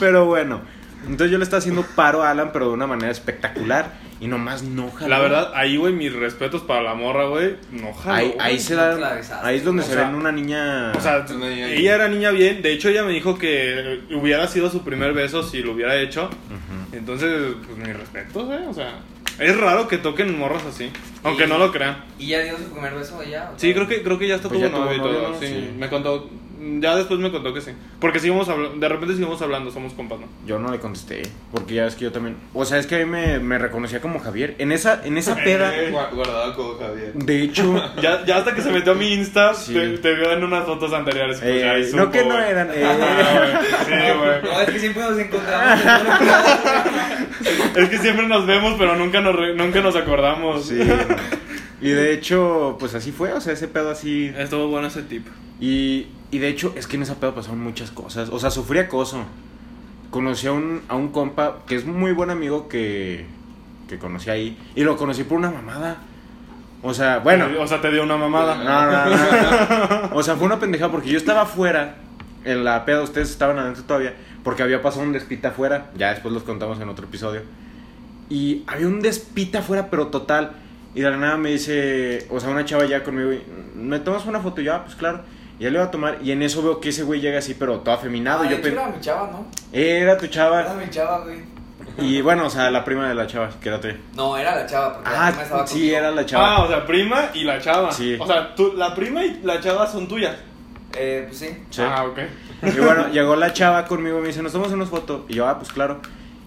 Speaker 4: Pero bueno. Entonces yo le estaba haciendo paro a Alan, pero de una manera espectacular. Y nomás no jaló.
Speaker 1: La verdad, ahí, güey, mis respetos para la morra, güey. No jalo,
Speaker 4: Ahí,
Speaker 1: güey.
Speaker 4: ahí se da.
Speaker 2: Clavesazo.
Speaker 4: Ahí es donde
Speaker 1: O
Speaker 4: se
Speaker 1: sea,
Speaker 4: ven una niña.
Speaker 1: O sea,
Speaker 3: No, ya, ya.
Speaker 1: ella era niña bien. De hecho, ella me dijo que hubiera sido su primer beso si lo hubiera hecho.
Speaker 4: Ujú.
Speaker 1: Entonces, pues mis respetos, ¿eh? O sea, es raro que toquen morras así. Aunque no lo crean.
Speaker 2: y ya dio su primer beso, ya.
Speaker 1: Sí, creo que, creo que ya hasta
Speaker 4: Pues
Speaker 1: tuvo
Speaker 4: ya tuvo
Speaker 1: novio y
Speaker 4: novio,
Speaker 1: todo.
Speaker 4: ¿no?
Speaker 1: Sí,
Speaker 4: Sí.
Speaker 1: me contó. Ya después me contó que sí. Porque seguimos hablando. De repente seguimos hablando, somos compas, ¿no?
Speaker 4: Yo no le contesté, porque ya es que yo también. O sea, es que a mí me, me reconocía como Javier. En esa, en esa peda,
Speaker 3: Gua- Guardado con Javier.
Speaker 4: de hecho.
Speaker 1: Ya, ya hasta que se metió a mi Insta,
Speaker 4: Sí.
Speaker 1: te, te vio en unas fotos anteriores. pues,
Speaker 4: eh,
Speaker 1: ahí
Speaker 4: no
Speaker 1: supo,
Speaker 4: que no
Speaker 1: güey.
Speaker 4: eran. eh,
Speaker 1: Ah, güey. Sí,
Speaker 2: No, es que siempre nos encontramos. en algún lugar, güey.
Speaker 1: güey. Es que siempre nos vemos, pero nunca nos, re- nunca nos acordamos.
Speaker 4: sí. Y de hecho, pues así fue, o sea, ese pedo así.
Speaker 1: Estuvo bueno ese tip.
Speaker 4: Y, y de hecho, es que en esa pedo pasaron muchas cosas. O sea, sufrí acoso. Conocí a un, a un compa que es muy buen amigo que, que conocí ahí. Y lo conocí por una mamada. O sea, bueno. Ah,
Speaker 1: O sea, te dio una mamada.
Speaker 4: No, no, no, no. O sea, fue una pendejada porque yo estaba afuera en la peda, ustedes estaban adentro todavía, porque había pasado un despita afuera. Ya después los contamos en otro episodio. Y había un despita afuera, pero total. Y de la nada me dice, o sea, una chava ya conmigo, y, ¿me tomas una foto? Y yo, "Ah, pues claro. Y ya le iba a tomar. Y en eso veo que ese güey llega así, pero todo afeminado.
Speaker 2: Ah,
Speaker 4: y
Speaker 2: de
Speaker 4: yo
Speaker 2: hecho,
Speaker 4: pe-
Speaker 2: era mi chava, ¿no?
Speaker 4: Era tu
Speaker 2: Era
Speaker 4: chava.
Speaker 2: mi chava, güey.
Speaker 4: Y bueno, o sea, la prima de la chava, que era tuya.
Speaker 2: No, era la chava, porque la prima
Speaker 4: Ah,
Speaker 2: estaba
Speaker 4: sí,
Speaker 2: conmigo.
Speaker 4: era la
Speaker 1: Ah,
Speaker 4: chava.
Speaker 1: o sea, prima y la chava.
Speaker 4: Sí.
Speaker 1: O sea, tú, la prima y la chava son tuyas.
Speaker 2: Eh, pues sí.
Speaker 4: Sí.
Speaker 1: Ah, ok.
Speaker 4: Y bueno, llegó la chava conmigo y me dice, nos tomamos unas fotos. Y yo, ah, pues claro.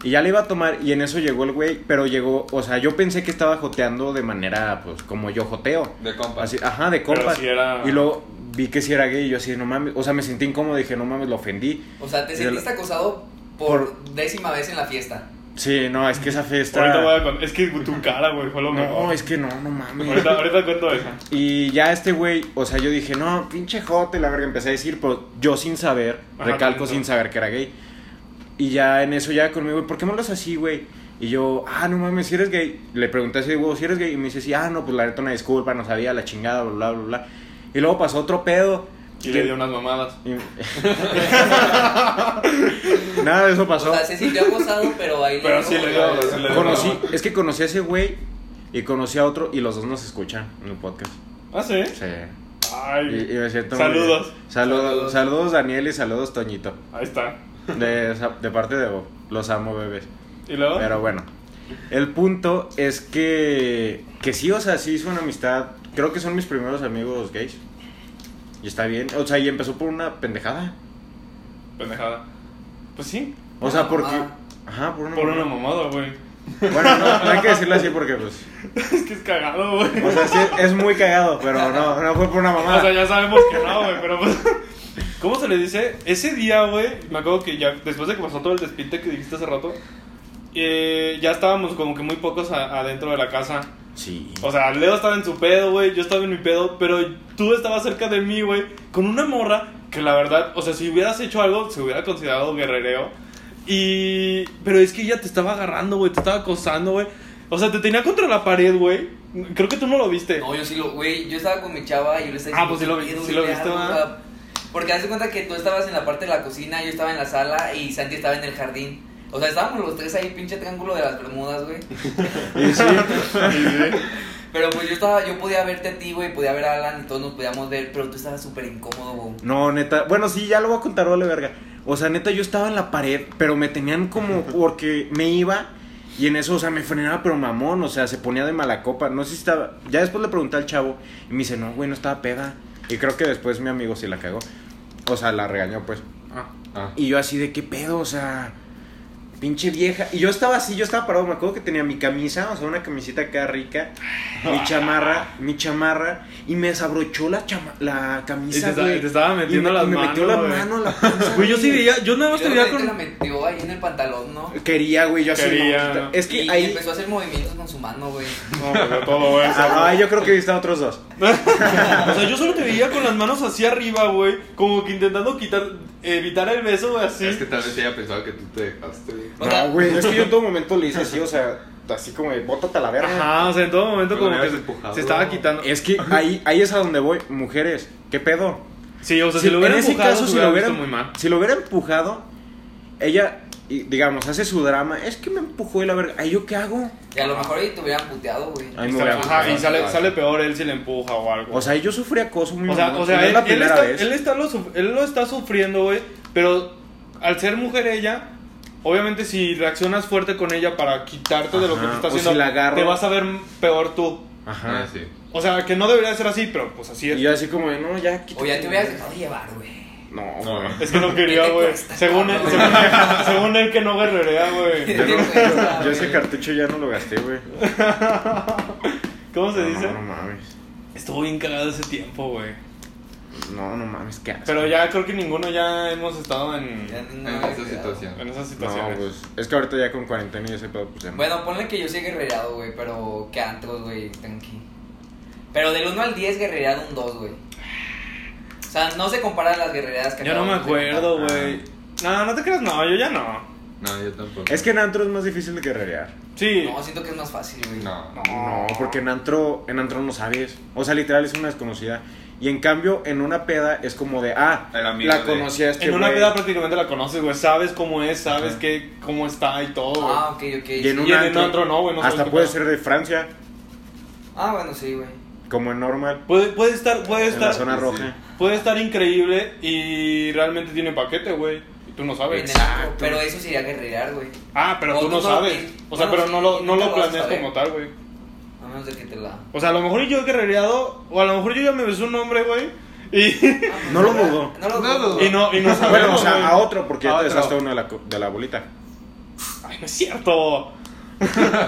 Speaker 4: Y ya le iba a tomar y en eso llegó el güey, pero llegó, o sea, yo pensé que estaba joteando de manera, pues, como yo joteo.
Speaker 3: De compa.
Speaker 4: Así, ajá, de compas.
Speaker 1: sí era-
Speaker 4: Y luego vi que si era gay y yo así, no mames, o sea, me sentí incómodo, dije, no mames, lo ofendí.
Speaker 2: O sea, te
Speaker 4: Y de la-
Speaker 2: sentiste acosado por, décima vez en la fiesta.
Speaker 4: Sí, no, es que esa fiesta...
Speaker 1: Ahorita voy a con- Es que tu cara, güey, fue lo mejor.
Speaker 4: No, es que no, no mames.
Speaker 1: Ahorita, ahorita cuento esa.
Speaker 4: Y ya este güey, o sea, yo dije, no, pinche jote, la verga, empecé a decir, pero yo sin saber,
Speaker 1: Ajá,
Speaker 4: recalco
Speaker 1: también,
Speaker 4: sin
Speaker 1: ¿no?
Speaker 4: saber que era gay. Y ya en eso ya conmigo, ¿por qué me hablas así, güey? Y yo, ah, no mames, si eres gay. Le pregunté así, güey, si eres gay. Y me dice, sí, ah, no, pues la neta, una disculpa, no sabía, la chingada, bla, bla, bla. Y luego pasó otro pedo.
Speaker 1: Y le dio unas mamadas.
Speaker 4: Y- Nada de eso pasó.
Speaker 2: O sea, se sintió acosado, pero ahí
Speaker 1: Pero sí
Speaker 2: como
Speaker 1: le
Speaker 2: que-
Speaker 1: dio, sí le dio.
Speaker 4: Conocí, es que conocí a ese güey y conocí a otro y los dos nos escuchan en el podcast.
Speaker 1: Ah, sí.
Speaker 4: Sí. Y- y
Speaker 1: Ay.
Speaker 4: me siento muy bien.
Speaker 1: Saludos.
Speaker 4: saludos.
Speaker 2: Saludos.
Speaker 4: Saludos. Daniel y saludos Toñito.
Speaker 1: Ahí está.
Speaker 4: De, esa- de parte de Bob. Los amo, bebés.
Speaker 1: ¿Y luego?
Speaker 4: Pero bueno. El punto es que, que sí, o sea, sí hizo una amistad. Creo que son mis primeros amigos gays. Y está bien. O sea, y empezó por una pendejada.
Speaker 1: Pendejada. Pues sí.
Speaker 4: O sea,
Speaker 2: Una
Speaker 4: porque...
Speaker 2: mamada.
Speaker 4: Ajá, por una...
Speaker 1: Por una
Speaker 4: mamada.
Speaker 1: mamada, güey.
Speaker 4: Bueno, no, no hay que decirlo así porque, pues...
Speaker 1: Es que es cagado, güey.
Speaker 4: O sea, sí, es muy cagado, pero no, no fue por una mamada.
Speaker 1: O sea, ya sabemos que no, güey, pero pues. ¿Cómo se le dice? Ese día, güey, me acuerdo que ya después de que pasó todo el despinte que dijiste hace rato, eh, ya estábamos como que muy pocos a- adentro de la casa.
Speaker 4: Sí.
Speaker 1: O sea, Leo estaba en su pedo, güey, yo estaba en mi pedo, pero tú estabas cerca de mí, güey, con una morra que la verdad, o sea, si hubieras hecho algo, se hubiera considerado guerrereo. Y... Pero es que ella te estaba agarrando, güey, te estaba acosando, güey. O sea, te tenía contra la pared, güey. Creo que tú no lo viste.
Speaker 2: No, yo sí lo, güey, yo estaba con mi chava y yo le estaba
Speaker 1: Ah, pues sí lo vi-
Speaker 2: "Pedo,
Speaker 1: sí lo
Speaker 2: dime
Speaker 1: viste,
Speaker 2: algo,
Speaker 1: ¿verdad?
Speaker 2: o sea, Porque haz de cuenta que tú estabas en la parte de la cocina, yo estaba en la sala y Santi estaba en el jardín. O sea, estábamos los tres ahí, pinche triángulo de las Bermudas, güey.
Speaker 4: Y sí,
Speaker 2: Pero pues yo estaba, yo podía verte a ti, güey, podía ver a Alan y todos nos podíamos ver, pero tú estabas súper incómodo, güey.
Speaker 4: No, neta. Bueno, sí, ya lo voy a contar, vale verga. O sea, neta, yo estaba en la pared, pero me tenían como porque me iba y en eso, o sea, me frenaba, pero mamón, o sea, se ponía de mala copa. No sé si estaba. Ya después le pregunté al chavo y me dice, no, güey, no estaba peda. Y creo que después mi amigo sí la cagó. O sea, la regañó, pues.
Speaker 1: Ah.
Speaker 3: Ah.
Speaker 4: Y yo así de qué pedo, o sea, pinche vieja. Y yo estaba así, yo estaba parado, me acuerdo que tenía mi camisa, o sea, una camisita acá rica, mi chamarra, mi chamarra, y me desabrochó la, chama- la
Speaker 1: Y te,
Speaker 4: camisa,
Speaker 1: esta-
Speaker 4: güey.
Speaker 1: te estaba
Speaker 4: Y me,
Speaker 1: metiendo las
Speaker 4: y me
Speaker 1: manos.
Speaker 4: metió la
Speaker 1: güey.
Speaker 4: mano a la panza,
Speaker 1: Güey, yo sí
Speaker 4: güey.
Speaker 1: veía, yo nada más te
Speaker 2: Pero
Speaker 1: veía
Speaker 2: te la
Speaker 1: con.
Speaker 2: metió ahí en el pantalón, ¿no?
Speaker 4: Quería, güey, yo así.
Speaker 1: Quería.
Speaker 4: no, puta. es que
Speaker 2: y
Speaker 4: ahí.
Speaker 2: empezó a hacer movimientos con su mano, güey.
Speaker 1: No, pero todo eso.
Speaker 4: Ah, yo creo que he visto a otros dos.
Speaker 1: O sea, yo solo te veía con las manos hacia arriba, güey. Como que intentando quitar, evitar el beso, güey, así.
Speaker 3: Es que tal vez ella pensaba que tú te dejaste. güey.
Speaker 2: O sea,
Speaker 4: No, güey, es que yo en todo momento le hice así, o sea, así como de bótate a la verga.
Speaker 1: Ajá, o sea, en todo momento
Speaker 3: Pero
Speaker 1: como
Speaker 3: me
Speaker 1: que
Speaker 3: habías
Speaker 1: se-
Speaker 3: empujado.
Speaker 1: se estaba quitando.
Speaker 4: Es que ahí, ahí es a donde voy, mujeres, ¿qué pedo?
Speaker 1: Sí, o sea,
Speaker 4: Sí,
Speaker 1: si lo hubiera
Speaker 4: en ese
Speaker 1: empujado,
Speaker 4: caso,
Speaker 1: se
Speaker 4: si lo,
Speaker 1: hubiera
Speaker 4: hubiera,
Speaker 1: visto muy mal.
Speaker 4: si lo hubiera empujado, ella, y, digamos, hace su drama, es que me empujó y la verga, ¿ay yo qué hago?
Speaker 2: y a lo mejor ahí te hubieran puteado, güey.
Speaker 4: Ay, me voy a
Speaker 1: Ajá, y
Speaker 4: empujar.
Speaker 1: sale, sale peor él si le empuja o algo.
Speaker 4: O sea, yo sufrí acoso muy
Speaker 1: O sea,
Speaker 4: mamón,
Speaker 1: o
Speaker 4: y
Speaker 1: sea
Speaker 4: no
Speaker 1: él,
Speaker 4: es la
Speaker 1: él
Speaker 4: primera
Speaker 1: está,
Speaker 4: vez.
Speaker 1: él, está lo, suf- él lo está sufriendo, güey. Pero al ser mujer ella, obviamente si reaccionas fuerte con ella para quitarte de lo que
Speaker 4: Ajá,
Speaker 1: te está
Speaker 4: o
Speaker 1: haciendo,
Speaker 4: si la agarro.
Speaker 1: te vas a ver peor tú.
Speaker 4: Ajá.
Speaker 3: Ah, sí.
Speaker 1: O sea, que no debería ser así, pero pues así
Speaker 4: Y
Speaker 1: es.
Speaker 4: yo así como de, no, ya quítate.
Speaker 2: O ya te hubieras dejado llevar, güey.
Speaker 4: No, güey.
Speaker 1: Es que no quería, güey. Según él, según, él- según él que no guerrerea, güey.
Speaker 4: Yo, no-
Speaker 2: Qué cuesta,
Speaker 4: yo ese
Speaker 2: güey.
Speaker 4: cartucho ya no lo gasté, güey.
Speaker 1: ¿Cómo se dice?
Speaker 4: No, no mames.
Speaker 1: Estuvo bien cagado ese tiempo, güey.
Speaker 4: No, no mames, qué asco.
Speaker 1: Pero ya creo que ninguno ya hemos estado en,
Speaker 2: Ya no me
Speaker 3: En
Speaker 2: había
Speaker 3: esa
Speaker 2: quedado.
Speaker 3: situación.
Speaker 1: en esas
Speaker 4: No,
Speaker 1: situaciones.
Speaker 4: pues, es que ahorita ya con cuarentena y ese pedo, pues ya no.
Speaker 2: Bueno, ponle que yo soy guerrereado, güey, pero que antros, güey, tranqui. Pero del 1 al 10, guerrereado un 2, güey. O sea, no se comparan las guerrereadas que
Speaker 1: Yo no me
Speaker 2: acabamos de
Speaker 1: acuerdo,
Speaker 4: Ah.
Speaker 1: güey. No, no te creas, no, yo ya no.
Speaker 3: No, yo tampoco.
Speaker 4: Es que en antro es más difícil de guerrerear.
Speaker 1: Sí.
Speaker 2: contar. No, siento que es más fácil, güey.
Speaker 3: No.
Speaker 4: No, porque en antro, en antro no sabes. O sea, literal es una desconocida. Y en cambio, en una peda es como de, ah,
Speaker 3: El amigo
Speaker 4: la
Speaker 3: de-
Speaker 4: conocía este
Speaker 1: en una
Speaker 4: güey.
Speaker 1: vida prácticamente la conoces, güey. Sabes cómo es, sabes
Speaker 4: Ajá.
Speaker 1: qué, cómo está y todo, güey.
Speaker 2: Ah, ok, ok.
Speaker 4: Y en
Speaker 2: sí.
Speaker 4: un
Speaker 1: Y en
Speaker 4: antro,
Speaker 1: antro no, güey, no sabes
Speaker 4: hasta
Speaker 1: qué
Speaker 4: puede
Speaker 1: pedo.
Speaker 4: ser de Francia,
Speaker 2: Ah, bueno, sí, güey.
Speaker 4: como en normal,
Speaker 1: Puede, puede estar, puede
Speaker 4: en la
Speaker 1: estar,
Speaker 4: zona roja.
Speaker 1: puede estar increíble y realmente tiene paquete, güey. Y tú no
Speaker 4: Pues
Speaker 2: En
Speaker 1: sabes.
Speaker 2: el antro, Pero eso sería guerrerear, güey.
Speaker 1: Ah, pero
Speaker 2: O
Speaker 1: tú
Speaker 2: tú
Speaker 1: no
Speaker 2: no,
Speaker 1: sabes.
Speaker 2: eh,
Speaker 1: O sea,
Speaker 2: bueno,
Speaker 1: pero no lo,
Speaker 2: sí,
Speaker 1: no
Speaker 2: nunca
Speaker 1: lo
Speaker 2: lo vas a
Speaker 1: planeas
Speaker 2: saber.
Speaker 1: como tal, güey.
Speaker 2: A menos de que te la. Ah,
Speaker 1: O sea, a lo mejor yo he guerrereado, o a lo mejor yo ya me besé un hombre, güey. Y,
Speaker 4: No lo dudo.
Speaker 2: pues No lo
Speaker 3: No
Speaker 2: dudo.
Speaker 3: dudo.
Speaker 1: y no, y no sabemos,
Speaker 4: Bueno, o sea,
Speaker 1: güey.
Speaker 4: a otro, porque
Speaker 3: A
Speaker 4: ya te
Speaker 3: otro.
Speaker 4: besaste a uno de la, co- de la bolita.
Speaker 1: Ay, no es cierto.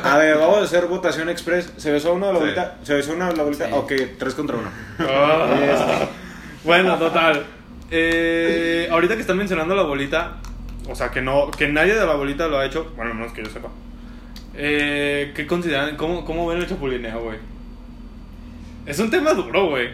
Speaker 4: A ver, vamos a hacer votación express. ¿Se besó uno de la
Speaker 3: Sí.
Speaker 4: bolita? ¿Se besó uno de la bolita?
Speaker 2: Sí.
Speaker 4: Ok, tres contra uno.
Speaker 1: Ah. bueno, total. Eh, ahorita que están mencionando la bolita, o sea, que no, que nadie de la bolita lo ha hecho, bueno, al menos que yo sepa. Eh, ¿Qué consideran? ¿Cómo, ¿Cómo ven el chapulineo, güey? Es un tema duro, güey.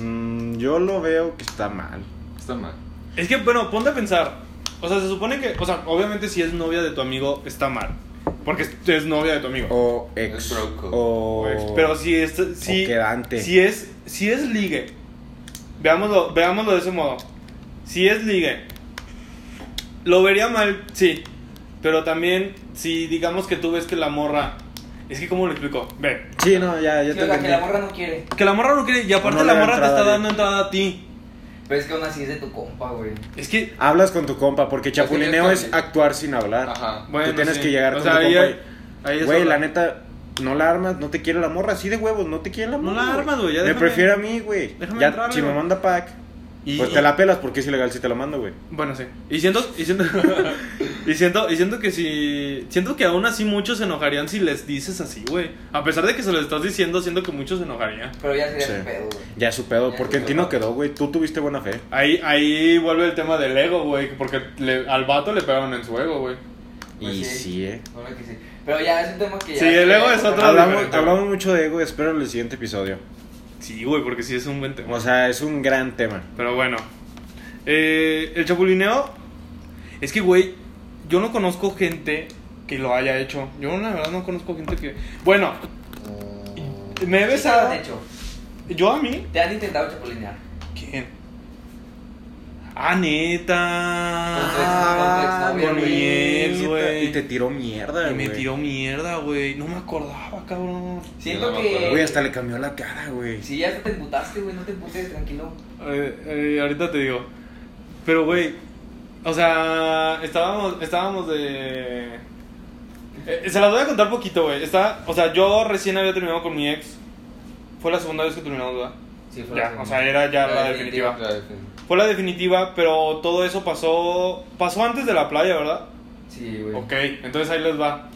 Speaker 4: Mm, yo lo veo que está mal.
Speaker 3: Está mal.
Speaker 1: Es que, bueno, ponte a pensar. O sea, se supone que, o sea, obviamente si es novia de tu amigo, está mal. Porque es, es novia de tu amigo.
Speaker 4: O ex.
Speaker 3: Es bro code.
Speaker 4: O.
Speaker 1: Pero si es, si,
Speaker 4: Pues, o quedante.
Speaker 1: si es, si es ligue, veámoslo, veámoslo de ese modo. Si es ligue, lo vería mal, sí. Pero también, si digamos que tú ves que la morra, es que cómo lo explico, ve,
Speaker 4: Sí, no, ya, ya
Speaker 2: Sí,
Speaker 4: te
Speaker 2: o sea, que
Speaker 4: entendí.
Speaker 2: la morra no quiere.
Speaker 1: que la morra no quiere y aparte
Speaker 4: No le
Speaker 1: la
Speaker 4: da
Speaker 1: morra te
Speaker 4: entrada
Speaker 1: está
Speaker 4: bien.
Speaker 1: dando entrada a ti.
Speaker 2: Pero es que aún así es de tu compa, güey.
Speaker 1: Es que
Speaker 4: Hablas con tu compa, porque
Speaker 3: sea,
Speaker 4: chapulineo
Speaker 3: tienes
Speaker 4: es
Speaker 3: que-
Speaker 4: actuar sin hablar.
Speaker 3: Ajá.
Speaker 1: bueno,
Speaker 4: Tú tienes
Speaker 1: sí.
Speaker 4: que llegar
Speaker 1: O
Speaker 4: con
Speaker 1: sea,
Speaker 4: tu
Speaker 1: ahí-
Speaker 4: compa.
Speaker 1: ahí
Speaker 4: y,
Speaker 1: es
Speaker 4: Güey,
Speaker 1: otra.
Speaker 4: la neta, no la armas, no te quiere la morra, así de huevos, no te quiere la
Speaker 1: No
Speaker 4: morra.
Speaker 1: la
Speaker 4: güey.
Speaker 1: armas, güey, ya
Speaker 4: Me
Speaker 1: déjame-
Speaker 4: prefiere a mí, güey.
Speaker 1: déjame
Speaker 4: Ya,
Speaker 1: entrarle,
Speaker 4: si me
Speaker 1: güey.
Speaker 4: manda pack,
Speaker 1: Y-
Speaker 4: pues te la pelas porque es ilegal si te la mando, güey.
Speaker 1: Bueno, sí. Y siento, y siento, y siento, y siento que si, siento que aún así muchos se enojarían si les dices así, güey. A pesar de que se lo estás diciendo, siento que muchos se enojarían.
Speaker 2: Pero ya sería
Speaker 4: Sí.
Speaker 2: su pedo, güey.
Speaker 4: Ya su pedo,
Speaker 2: Ya
Speaker 4: porque
Speaker 2: su
Speaker 4: en ti
Speaker 2: pedo.
Speaker 4: no quedó, güey. Tú tuviste buena fe.
Speaker 1: Ahí, ahí vuelve el tema del ego, güey, porque le- al vato le pegaron en su ego, güey.
Speaker 2: Pues
Speaker 4: y
Speaker 2: sí.
Speaker 4: sí, eh.
Speaker 2: Ahora que sí. Pero ya es un tema que ya.
Speaker 1: Sí, el ego es otro-
Speaker 4: Hablamos,
Speaker 1: diferente,
Speaker 4: hablamos mucho de ego, espero en el siguiente episodio.
Speaker 1: Sí, güey, porque sí es un buen tema.
Speaker 4: O sea, es un gran tema.
Speaker 1: Pero bueno, Eh, el chapulineo es que, güey, yo no conozco gente que lo haya hecho. Yo la verdad no conozco gente que, bueno, me he
Speaker 2: Sí, te lo
Speaker 1: besado.
Speaker 2: han hecho.
Speaker 1: Yo a mí.
Speaker 2: Te han intentado chapulinear.
Speaker 1: ¿Quién? Ah, neta.
Speaker 2: Ah,
Speaker 1: con mi ex,
Speaker 4: Neta,
Speaker 1: güey.
Speaker 4: Y te tiró mierda,
Speaker 1: Y me
Speaker 4: güey.
Speaker 1: tiró mierda, güey. No me acordaba, cabrón.
Speaker 2: Siento
Speaker 3: Yo no me
Speaker 2: que.
Speaker 3: acuerdo.
Speaker 4: Güey, hasta le cambió la cara, güey.
Speaker 2: Si ya te emputaste, güey, no te emputes, tranquilo.
Speaker 1: Eh, eh, ahorita te digo. Pero, güey, o sea, estábamos, estábamos de... Eh, se las voy a contar poquito, güey. Está- O sea, yo recién había terminado con mi ex. Fue la segunda vez que terminamos, ¿verdad?
Speaker 2: Sí, fue la
Speaker 1: Ya,
Speaker 2: segunda.
Speaker 1: o sea, era ya la,
Speaker 2: La
Speaker 1: definitiva.
Speaker 3: Claro, sí.
Speaker 1: Fue la definitiva, pero todo eso pasó. Pasó antes de la playa, ¿verdad?
Speaker 2: Sí, güey.
Speaker 1: Ok, entonces ahí les va.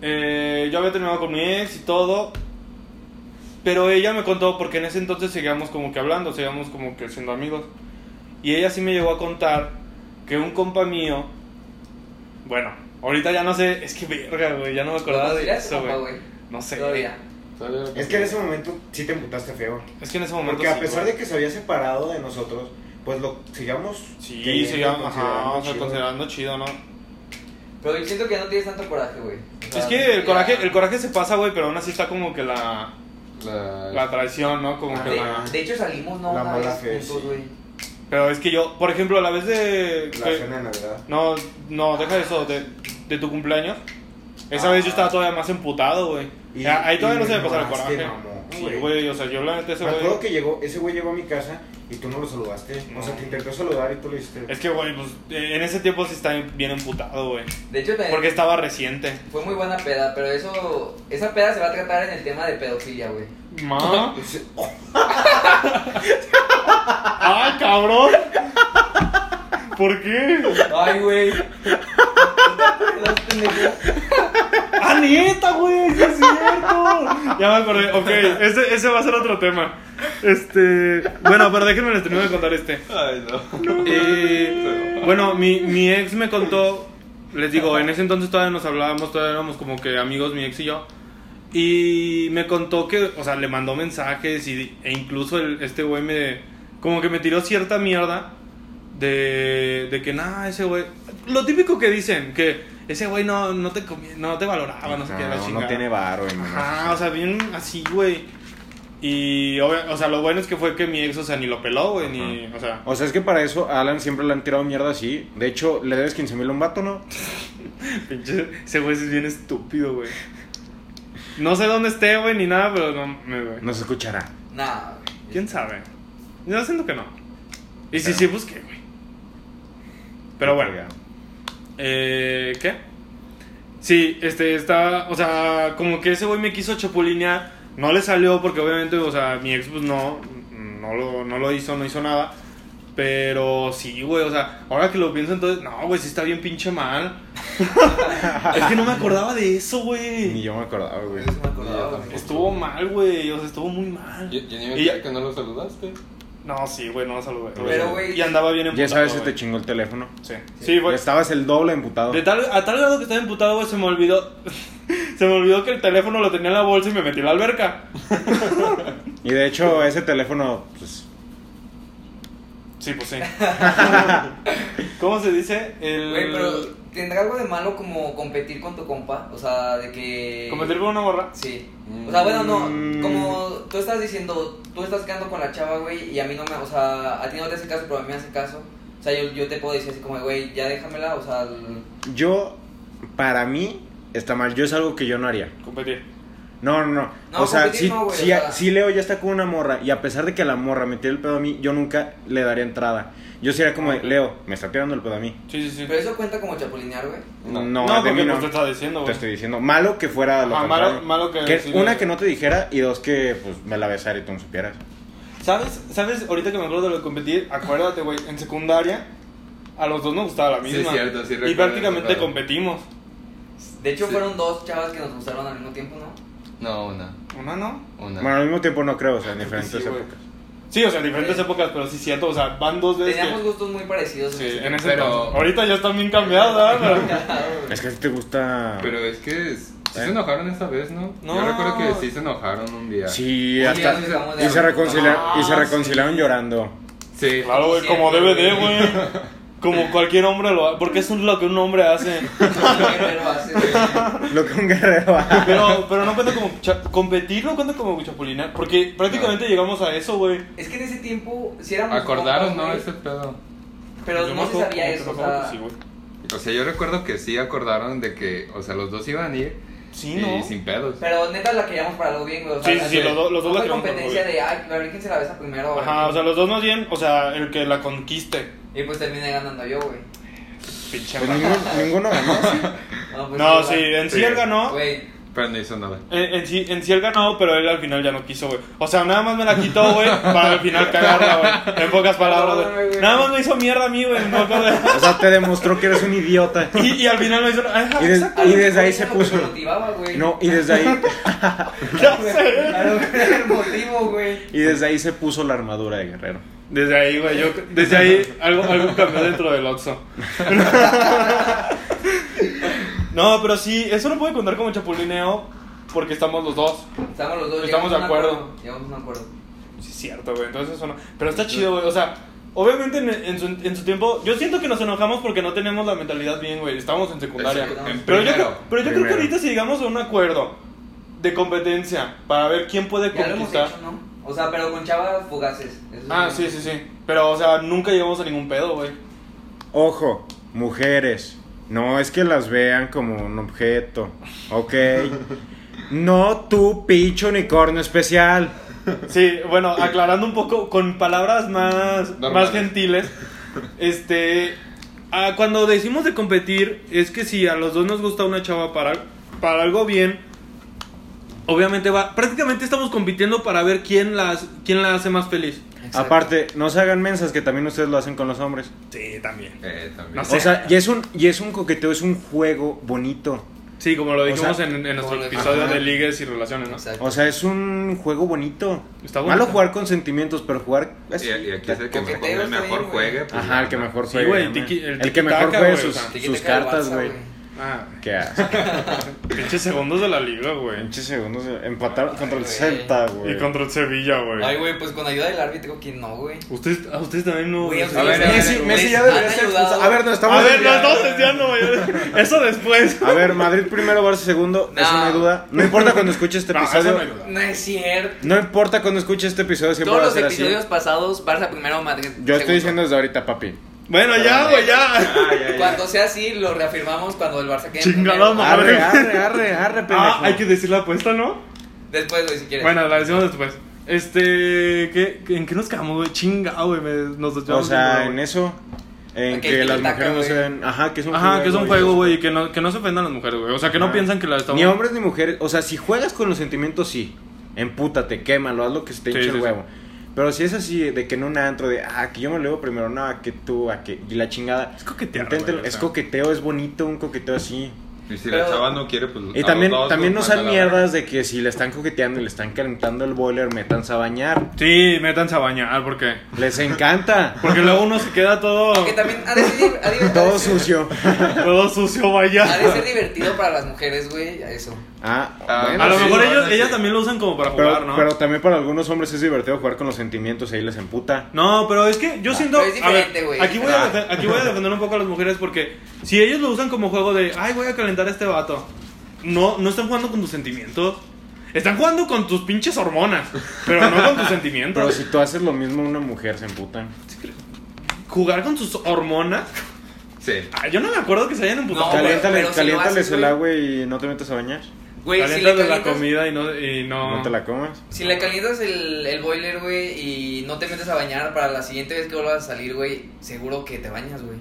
Speaker 1: Eh, yo había terminado con mi ex y todo. Pero ella me contó, porque en ese entonces seguíamos como que hablando, seguíamos como que siendo amigos. Y ella sí me llegó a contar que un compa mío. Bueno, ahorita ya no sé, es que verga, güey, ya no me acordaba
Speaker 2: ¿Lo
Speaker 1: de
Speaker 2: dirás,
Speaker 1: eso,
Speaker 2: papá,
Speaker 1: güey. No sé.
Speaker 2: Todavía.
Speaker 5: Es que en ese momento sí te emputaste feo.
Speaker 1: Es que en ese momento.
Speaker 5: Porque a
Speaker 1: sí,
Speaker 5: pesar
Speaker 1: güey.
Speaker 5: de que se había separado de nosotros, pues lo sigamos.
Speaker 1: Sí,
Speaker 5: queriendo,
Speaker 1: seguíamos, ajá, o sea,
Speaker 5: chido.
Speaker 1: considerando chido, ¿no?
Speaker 2: Pero yo siento que no tienes tanto coraje, güey. O sea,
Speaker 1: Es que el
Speaker 2: ya-
Speaker 1: coraje, el coraje se pasa, güey, pero aún así está como que la,
Speaker 3: La...
Speaker 1: la traición, ¿no? Como que
Speaker 2: De,
Speaker 1: la...
Speaker 2: de hecho salimos, ¿no?
Speaker 5: La
Speaker 2: Una
Speaker 5: mala
Speaker 2: vez
Speaker 5: fe,
Speaker 2: juntos,
Speaker 5: sí.
Speaker 2: güey.
Speaker 1: Pero es que yo, por ejemplo, la vez de...
Speaker 5: La
Speaker 1: que-
Speaker 5: cena de Navidad.
Speaker 1: no, no, deja eso, de, de tu cumpleaños. Esa
Speaker 2: Ah.
Speaker 1: vez yo estaba todavía más emputado, güey.
Speaker 5: Y-
Speaker 1: Ya, Ahí todavía
Speaker 5: y
Speaker 1: no se me pasaba el
Speaker 5: ignoraste,
Speaker 1: coraje.
Speaker 5: mamón,
Speaker 1: Sí,
Speaker 5: güey.
Speaker 1: güey, o sea, yo la neta ese
Speaker 5: Me acuerdo
Speaker 1: güey...
Speaker 5: que llegó, ese güey llegó a mi casa y tú no lo saludaste.
Speaker 1: No.
Speaker 5: O sea, te intentó saludar y tú lo hiciste.
Speaker 1: Es que, güey, pues eh, en ese tiempo sí estaba bien emputado, güey.
Speaker 2: De hecho, también
Speaker 1: Porque estaba reciente.
Speaker 2: fue muy buena peda, pero eso. Esa peda se va a tratar en el tema de pedofilia, güey.
Speaker 1: Ma.
Speaker 5: Ese-
Speaker 1: ¡Ah, cabrón! ¿Por qué?
Speaker 2: Ay, güey. Las pendejas.
Speaker 1: ¡Ah, neta, güey! ¡Sí es cierto! Ya me acordé. Ok, ese, ese va a ser otro tema. Este. Bueno, pero déjenme les termino de contar este.
Speaker 3: Ay, no.
Speaker 1: Eh, bueno, mi, mi ex me contó. Les digo, en ese entonces todavía nos hablábamos, todavía éramos como que amigos, mi ex y yo. Y me contó que, o sea, le mandó mensajes y, e incluso el- este güey me. Como que me tiró cierta mierda de, de que, nada, ese güey. Lo típico que dicen, que ese güey no, no, te, comi- no te valoraba, no sé qué, la
Speaker 4: No,
Speaker 1: chingada.
Speaker 4: no tiene varo, hermano.
Speaker 1: Ajá, o sea, bien así, güey. Y, obvia- o sea, lo bueno es que fue que mi ex, o sea, ni lo peló, güey, ni. O sea,
Speaker 4: O sea, es que para eso a Alan siempre le han tirado mierda así. De hecho, le debes 15 mil a un vato, ¿no?
Speaker 1: pinche. Ese güey es bien estúpido, güey. No sé dónde esté, güey, ni nada, pero no me, güey.
Speaker 4: Nos escuchará.
Speaker 2: Nah, güey.
Speaker 1: ¿Quién sabe? Yo siento que no. Y si
Speaker 4: Pero-
Speaker 1: sí, busqué, güey. Pero bueno. Eh, ¿Qué? Sí, este, está, o sea, como que ese güey me quiso chapulinear, no le salió porque obviamente, o sea, mi ex pues no, no lo, no lo hizo, no hizo nada, pero sí, güey, o sea, ahora que lo pienso entonces, no, güey, sí está bien pinche mal. es que no me acordaba de eso,
Speaker 4: Ni
Speaker 1: güey.
Speaker 4: yo me acordaba, güey.
Speaker 2: Eso me acordaba, güey.
Speaker 1: Estuvo mal, güey, o sea, estuvo muy mal.
Speaker 3: Yo, yo ni me
Speaker 1: Y-
Speaker 3: enteré que no lo saludaste.
Speaker 1: No, sí, güey, no lo saludé.
Speaker 2: Pero, güey,
Speaker 1: y andaba bien
Speaker 4: Ya
Speaker 1: emputado,
Speaker 4: sabes, se
Speaker 1: güey.
Speaker 4: te chingó el teléfono.
Speaker 1: Sí, sí,
Speaker 4: Ya
Speaker 1: güey.
Speaker 4: estabas el doble emputado.
Speaker 1: De tal, a tal grado que estaba emputado, güey, se me olvidó. Se me olvidó que el teléfono lo tenía en la bolsa y me metí en la alberca.
Speaker 4: Y de hecho, ese teléfono, pues.
Speaker 1: Sí, pues sí. ¿Cómo se dice? El.
Speaker 2: Güey,
Speaker 1: Eh,
Speaker 2: pero tendrá algo de malo como competir con tu compa. O sea, de que.
Speaker 1: Cometer con una morra.
Speaker 2: Sí. O sea, bueno,
Speaker 1: Mm.
Speaker 2: no. Como tú estás diciendo, tú estás quedando con la chava, güey, y a mí no me. O sea, a ti no te hace caso, pero a mí me hace caso. O sea, yo, yo te puedo decir así como, güey, ya déjamela. O sea, el-
Speaker 4: Yo, para mí, está mal. Yo es algo que yo no haría.
Speaker 1: Competir.
Speaker 4: No, no, no.
Speaker 2: No,
Speaker 4: o sea,
Speaker 2: competir
Speaker 4: si,
Speaker 2: no, güey,
Speaker 4: si-
Speaker 2: o sea.
Speaker 4: si Leo ya está con una morra y a pesar de que la morra me tire el pedo a mí, yo nunca le daría entrada. Yo sería como, de,
Speaker 1: Ok.
Speaker 4: Leo, me está tirando el pedo a mí.
Speaker 1: Sí, sí, sí.
Speaker 2: Pero eso cuenta como chapulinear, güey.
Speaker 4: No,
Speaker 1: no,
Speaker 4: de
Speaker 1: porque
Speaker 4: mí
Speaker 1: pues
Speaker 4: no.
Speaker 1: te está diciendo,
Speaker 4: Te
Speaker 1: güey.
Speaker 4: estoy diciendo, malo que fuera lo
Speaker 1: Ah,
Speaker 4: contrario.
Speaker 1: malo- malo que sí le-
Speaker 4: Una, que no te dijera y dos, que pues me la besara y tú no supieras.
Speaker 1: ¿Sabes? ¿Sabes? Ahorita que me acuerdo de lo de competir, acuérdate, güey, en secundaria a los dos nos gustaba la
Speaker 3: Sí,
Speaker 1: misma.
Speaker 3: cierto, sí
Speaker 1: Y
Speaker 3: recuerdo,
Speaker 1: prácticamente
Speaker 3: recuerdo.
Speaker 1: competimos.
Speaker 2: De hecho,
Speaker 3: Sí.
Speaker 2: fueron dos chavas que nos gustaron al mismo tiempo, ¿no?
Speaker 3: No, una.
Speaker 1: Una no.
Speaker 3: Una.
Speaker 4: Bueno, al mismo tiempo no creo, o sea, en
Speaker 1: Creo que
Speaker 4: diferentes
Speaker 1: sí, güey.
Speaker 4: épocas.
Speaker 1: Sí, o sea, en diferentes
Speaker 2: Sí.
Speaker 1: épocas, pero sí, cierto. O sea, van dos veces.
Speaker 2: Teníamos
Speaker 1: que-
Speaker 2: gustos muy parecidos.
Speaker 1: Sí, en ese
Speaker 3: Pero-
Speaker 1: entonces. Ahorita ya están bien cambiados, ¿verdad? Pero-
Speaker 4: Es que a ti te gusta.
Speaker 3: Pero es que es- sí
Speaker 4: ¿Eh?
Speaker 3: se enojaron esta vez, ¿no?
Speaker 1: No.
Speaker 3: Yo recuerdo que sí se enojaron un día.
Speaker 4: Sí,
Speaker 2: ya
Speaker 4: hasta.
Speaker 2: nos acabamos de
Speaker 4: Y se,
Speaker 2: hablar.
Speaker 4: reconcilia- y se
Speaker 1: Ah,
Speaker 4: reconciliaron
Speaker 1: sí.
Speaker 4: llorando.
Speaker 3: Sí.
Speaker 1: Claro, güey, como
Speaker 2: Siempre,
Speaker 1: DVD,
Speaker 2: güey.
Speaker 1: güey. Como cualquier hombre lo hace. Porque es un- lo que un hombre hace.
Speaker 2: Pero hace, güey.
Speaker 4: Lo que un guerrero hace.
Speaker 1: Pero, pero no cuenta como. cha- competir no cuenta como chapulinar. Porque prácticamente llegamos a eso, güey.
Speaker 2: Es que en ese tiempo, si éramos.
Speaker 3: Acordaron,
Speaker 2: compas,
Speaker 3: ¿no?
Speaker 2: güey,
Speaker 3: Ese pedo.
Speaker 2: Pero
Speaker 1: Yo me
Speaker 2: no se
Speaker 1: acuerdo como
Speaker 2: sabía
Speaker 1: que
Speaker 2: eso, o
Speaker 1: me acuerdo
Speaker 2: sea.
Speaker 1: que sí, güey.
Speaker 3: O sea, yo recuerdo que sí acordaron de que, o sea, los dos iban a ir
Speaker 1: Sí,
Speaker 3: y
Speaker 1: ¿no?
Speaker 3: sin pedos.
Speaker 2: Pero neta la queríamos para lo bien, güey. O sea,
Speaker 1: Sí, sí, sí,
Speaker 2: la-
Speaker 1: los dos- los dos
Speaker 2: no
Speaker 1: la
Speaker 2: fue
Speaker 1: queríamos para lo
Speaker 2: competencia
Speaker 1: bien.
Speaker 2: de, ay, a ver quién se la besa primero, güey.
Speaker 1: Ajá, o sea, los dos más bien. O sea, el que la conquiste.
Speaker 2: Y pues terminé ganando yo, güey.
Speaker 1: Pinche
Speaker 4: Pues
Speaker 1: madre.
Speaker 4: ninguno, ninguno ganó.
Speaker 2: No, pues,
Speaker 1: No,
Speaker 2: igual.
Speaker 1: sí, en sí él ganó.
Speaker 2: Güey,
Speaker 3: Pero no hizo nada.
Speaker 1: En, en sí, en sí él ganó, pero él al final ya no quiso, güey. O sea, nada más me la quitó, güey, para al final cagarla, güey. En pocas palabras,
Speaker 5: Perdóname,
Speaker 1: güey.
Speaker 5: güey.
Speaker 1: Nada más me hizo mierda a mí, güey. no acabo de-
Speaker 4: O sea, te demostró que eres un idiota.
Speaker 1: Y, y al final me hizo. Ajá,
Speaker 4: Y de-
Speaker 1: exacto.
Speaker 2: A lo
Speaker 4: y desde
Speaker 2: mejor
Speaker 4: ahí
Speaker 2: eso
Speaker 4: se
Speaker 2: es lo que
Speaker 4: puso.
Speaker 2: lo motivaba, güey.
Speaker 4: No, y desde ahí
Speaker 1: Ya sé.
Speaker 2: A lo mejor era el motivo, güey.
Speaker 4: y desde ahí se puso la armadura de guerrero.
Speaker 1: Desde ahí, güey, yo. Desde ahí algo, algo cambió dentro del Oxxo. No, pero sí, eso lo puede contar como chapulineo porque estamos los dos.
Speaker 2: Estamos los dos.
Speaker 1: Estamos de
Speaker 2: llegamos a un
Speaker 1: acuerdo.
Speaker 2: Llegamos a un acuerdo.
Speaker 1: Sí, es cierto, güey. Entonces eso no. Pero está chido, güey. O sea, obviamente en, en su, en su tiempo. Yo siento que nos enojamos porque no tenemos la mentalidad bien, güey. Estábamos en secundaria.
Speaker 3: Eso, en
Speaker 1: Pero yo,
Speaker 3: primero.
Speaker 1: creo- pero yo creo que
Speaker 4: primero.
Speaker 1: ahorita si llegamos a un acuerdo de competencia para ver quién puede
Speaker 2: Ya lo hemos
Speaker 1: conquistar.
Speaker 2: hecho, ¿no? O sea, pero con chavas fugaces. Eso
Speaker 1: Ah, sí, sí, sí. Pero, o sea, nunca llegamos a ningún pedo, güey.
Speaker 4: Ojo, mujeres, no es que las vean como un objeto, ¿ok? No tu pinche unicornio especial.
Speaker 1: Sí, bueno, aclarando un poco con palabras más,
Speaker 3: Normales.
Speaker 1: más gentiles. Este, ah, cuando decimos de competir, es que si a los dos nos gusta una chava para, para algo bien, obviamente va. Prácticamente estamos compitiendo para ver quién, las, quién la hace más feliz.
Speaker 2: Exacto.
Speaker 4: Aparte, no se hagan mensas que también ustedes lo hacen con los hombres.
Speaker 1: Sí, también.
Speaker 3: Eh, también.
Speaker 1: No
Speaker 4: O sea, y es un y es un coqueteo, es un juego bonito.
Speaker 1: Sí, como lo
Speaker 4: O
Speaker 1: dijimos
Speaker 4: sea,
Speaker 1: en, en nuestro
Speaker 2: como lo-
Speaker 1: episodio
Speaker 3: Ajá.
Speaker 1: de ligues y relaciones, ¿no?
Speaker 2: Exacto.
Speaker 4: O sea, es un juego bonito.
Speaker 1: Está bonito.
Speaker 4: Malo jugar con sentimientos, pero jugar así.
Speaker 3: Y, y aquí es el que mejor,
Speaker 2: Coqueteo
Speaker 3: el
Speaker 2: está
Speaker 3: mejor
Speaker 2: bien, güey.
Speaker 3: juegue. pues,
Speaker 4: Ajá, el que
Speaker 3: gana.
Speaker 4: mejor
Speaker 1: Sí,
Speaker 4: juegue.
Speaker 1: güey,
Speaker 4: ¿no?
Speaker 1: tiki- el
Speaker 4: el, que
Speaker 1: tiki-taka,
Speaker 4: mejor
Speaker 1: güey,
Speaker 4: juegue
Speaker 1: o
Speaker 4: sus,
Speaker 1: sea,
Speaker 2: Tiquiticaca del
Speaker 4: sus cartas,
Speaker 2: Barça,
Speaker 4: güey.
Speaker 1: Ah,
Speaker 4: Qué asco.
Speaker 1: pinches segundos de la liga, güey.
Speaker 4: Pinches segundos. Empataron contra el
Speaker 2: güey.
Speaker 4: Celta, güey.
Speaker 1: Y contra el Sevilla, güey.
Speaker 2: Ay, güey, pues con ayuda del árbitro, ¿quién no, güey?
Speaker 1: Ustedes, a ustedes también no.
Speaker 2: Güey, o sea,
Speaker 3: A ver,
Speaker 2: ustedes-
Speaker 3: Messi-
Speaker 2: ustedes
Speaker 4: Messi ya
Speaker 2: han
Speaker 4: debería ser
Speaker 2: ayudado.
Speaker 4: expulsado. A ver, no estamos.
Speaker 1: A ver, no
Speaker 4: desviando.
Speaker 1: estamos desviando, güey. Eso después.
Speaker 4: A ver, Madrid primero, Barça segundo.
Speaker 2: No.
Speaker 4: Eso no hay duda. No importa cuando escuches este
Speaker 1: No, eso
Speaker 4: episodio.
Speaker 1: no hay duda.
Speaker 2: No es cierto.
Speaker 4: No importa cuando escuches este episodio, siempre
Speaker 2: Todos
Speaker 4: va a
Speaker 2: los
Speaker 4: ser así.
Speaker 2: episodios pasados, Barça primero, Madrid.
Speaker 4: Yo
Speaker 2: segundo.
Speaker 4: estoy diciendo desde ahorita, papi.
Speaker 1: Bueno, ya, güey, ya.
Speaker 3: Ah, ya, ya.
Speaker 2: Cuando sea así, lo reafirmamos cuando el Barça quede.
Speaker 1: Chingada
Speaker 2: primero.
Speaker 1: madre.
Speaker 4: Arre, arre, arre, arre, pendejo.
Speaker 1: Ah, hay que decir la apuesta, ¿no?
Speaker 2: Después, güey, si quieres.
Speaker 1: Bueno, la decimos después. Este, ¿qué, ¿en qué nos quedamos, güey? Chinga, güey, me- nos
Speaker 4: O
Speaker 1: desviamos
Speaker 4: sea,
Speaker 1: bien,
Speaker 4: en
Speaker 1: güey.
Speaker 4: eso. En
Speaker 2: Ok,
Speaker 4: que las
Speaker 2: tiki-taka,
Speaker 4: mujeres no
Speaker 2: güey.
Speaker 4: se ven. Ajá, que es un
Speaker 1: Ajá, que es un juego,
Speaker 4: y-
Speaker 1: güey, y que no, que no se ofendan las mujeres, güey. O sea, que no
Speaker 4: Ajá.
Speaker 1: piensan que la estamos...
Speaker 4: Ni hombres ni mujeres. O sea, si juegas con los sentimientos, sí. Empútate, quémalo, haz lo que se te
Speaker 1: Sí,
Speaker 4: hinche
Speaker 1: sí,
Speaker 4: el
Speaker 1: sí.
Speaker 4: huevo. Pero si es así, de que en un antro, de ah, que yo me lo llevo primero, no, a que tú, a que. Y la chingada.
Speaker 1: Es coquetear,
Speaker 4: Inténtalo.
Speaker 1: güey, o
Speaker 4: es
Speaker 1: sea.
Speaker 4: coqueteo, es bonito un coqueteo así.
Speaker 3: Y si
Speaker 2: Pero-
Speaker 3: la chava no quiere, pues. a
Speaker 4: Y
Speaker 3: los
Speaker 4: también,
Speaker 3: dos
Speaker 4: también no
Speaker 3: los
Speaker 4: sean
Speaker 3: manda a la verga.
Speaker 4: mierdas de que si le están coqueteando y le están calentando el boiler, metanse a bañar.
Speaker 1: Sí, métanse a bañar, ¿por qué?
Speaker 4: Les encanta.
Speaker 1: Porque luego uno se queda todo,
Speaker 2: Aunque también ha de ser, ha de- ha
Speaker 4: Todo
Speaker 2: de ser-
Speaker 4: sucio.
Speaker 1: todo sucio, vaya.
Speaker 2: Ha de ser divertido para las mujeres, güey, a eso.
Speaker 4: Ah,
Speaker 3: Ah,
Speaker 4: bueno,
Speaker 1: A lo
Speaker 4: sí.
Speaker 1: mejor
Speaker 3: Sí,
Speaker 1: ellos,
Speaker 3: sí.
Speaker 1: ellas también lo usan como para
Speaker 4: pero,
Speaker 1: jugar, ¿no?
Speaker 4: pero también para algunos hombres es divertido jugar con los sentimientos y ahí les emputa.
Speaker 1: No, pero es que yo siento.
Speaker 2: pero es
Speaker 1: a ver,
Speaker 2: diferente, güey.
Speaker 1: Aquí, voy a
Speaker 4: Ah.
Speaker 1: defe- aquí voy a defender un poco a las mujeres porque si ellos lo usan como juego de, ay, voy a calentar a este vato. No, no están jugando con tus sentimientos. Están jugando con tus pinches hormonas, pero no con tus sentimientos.
Speaker 4: Pero si tú haces lo mismo, una mujer se emputa.
Speaker 1: Jugar con sus hormonas.
Speaker 3: Sí.
Speaker 1: Ah, yo no me acuerdo que se hayan emputado.
Speaker 2: No, güey.
Speaker 4: Caliéntale,
Speaker 2: pero si lo
Speaker 4: caliéntales
Speaker 2: haces,
Speaker 4: el
Speaker 2: güey.
Speaker 4: agua y no te metas a bañar.
Speaker 2: Güey, si le
Speaker 1: Caliéntale la
Speaker 2: calientas-
Speaker 1: comida y no. Y no...
Speaker 4: No, te la comas.
Speaker 2: Si le calientas el, el boiler, güey, y no te metes a bañar para la siguiente vez que vuelvas a salir, güey, seguro que te bañas, güey.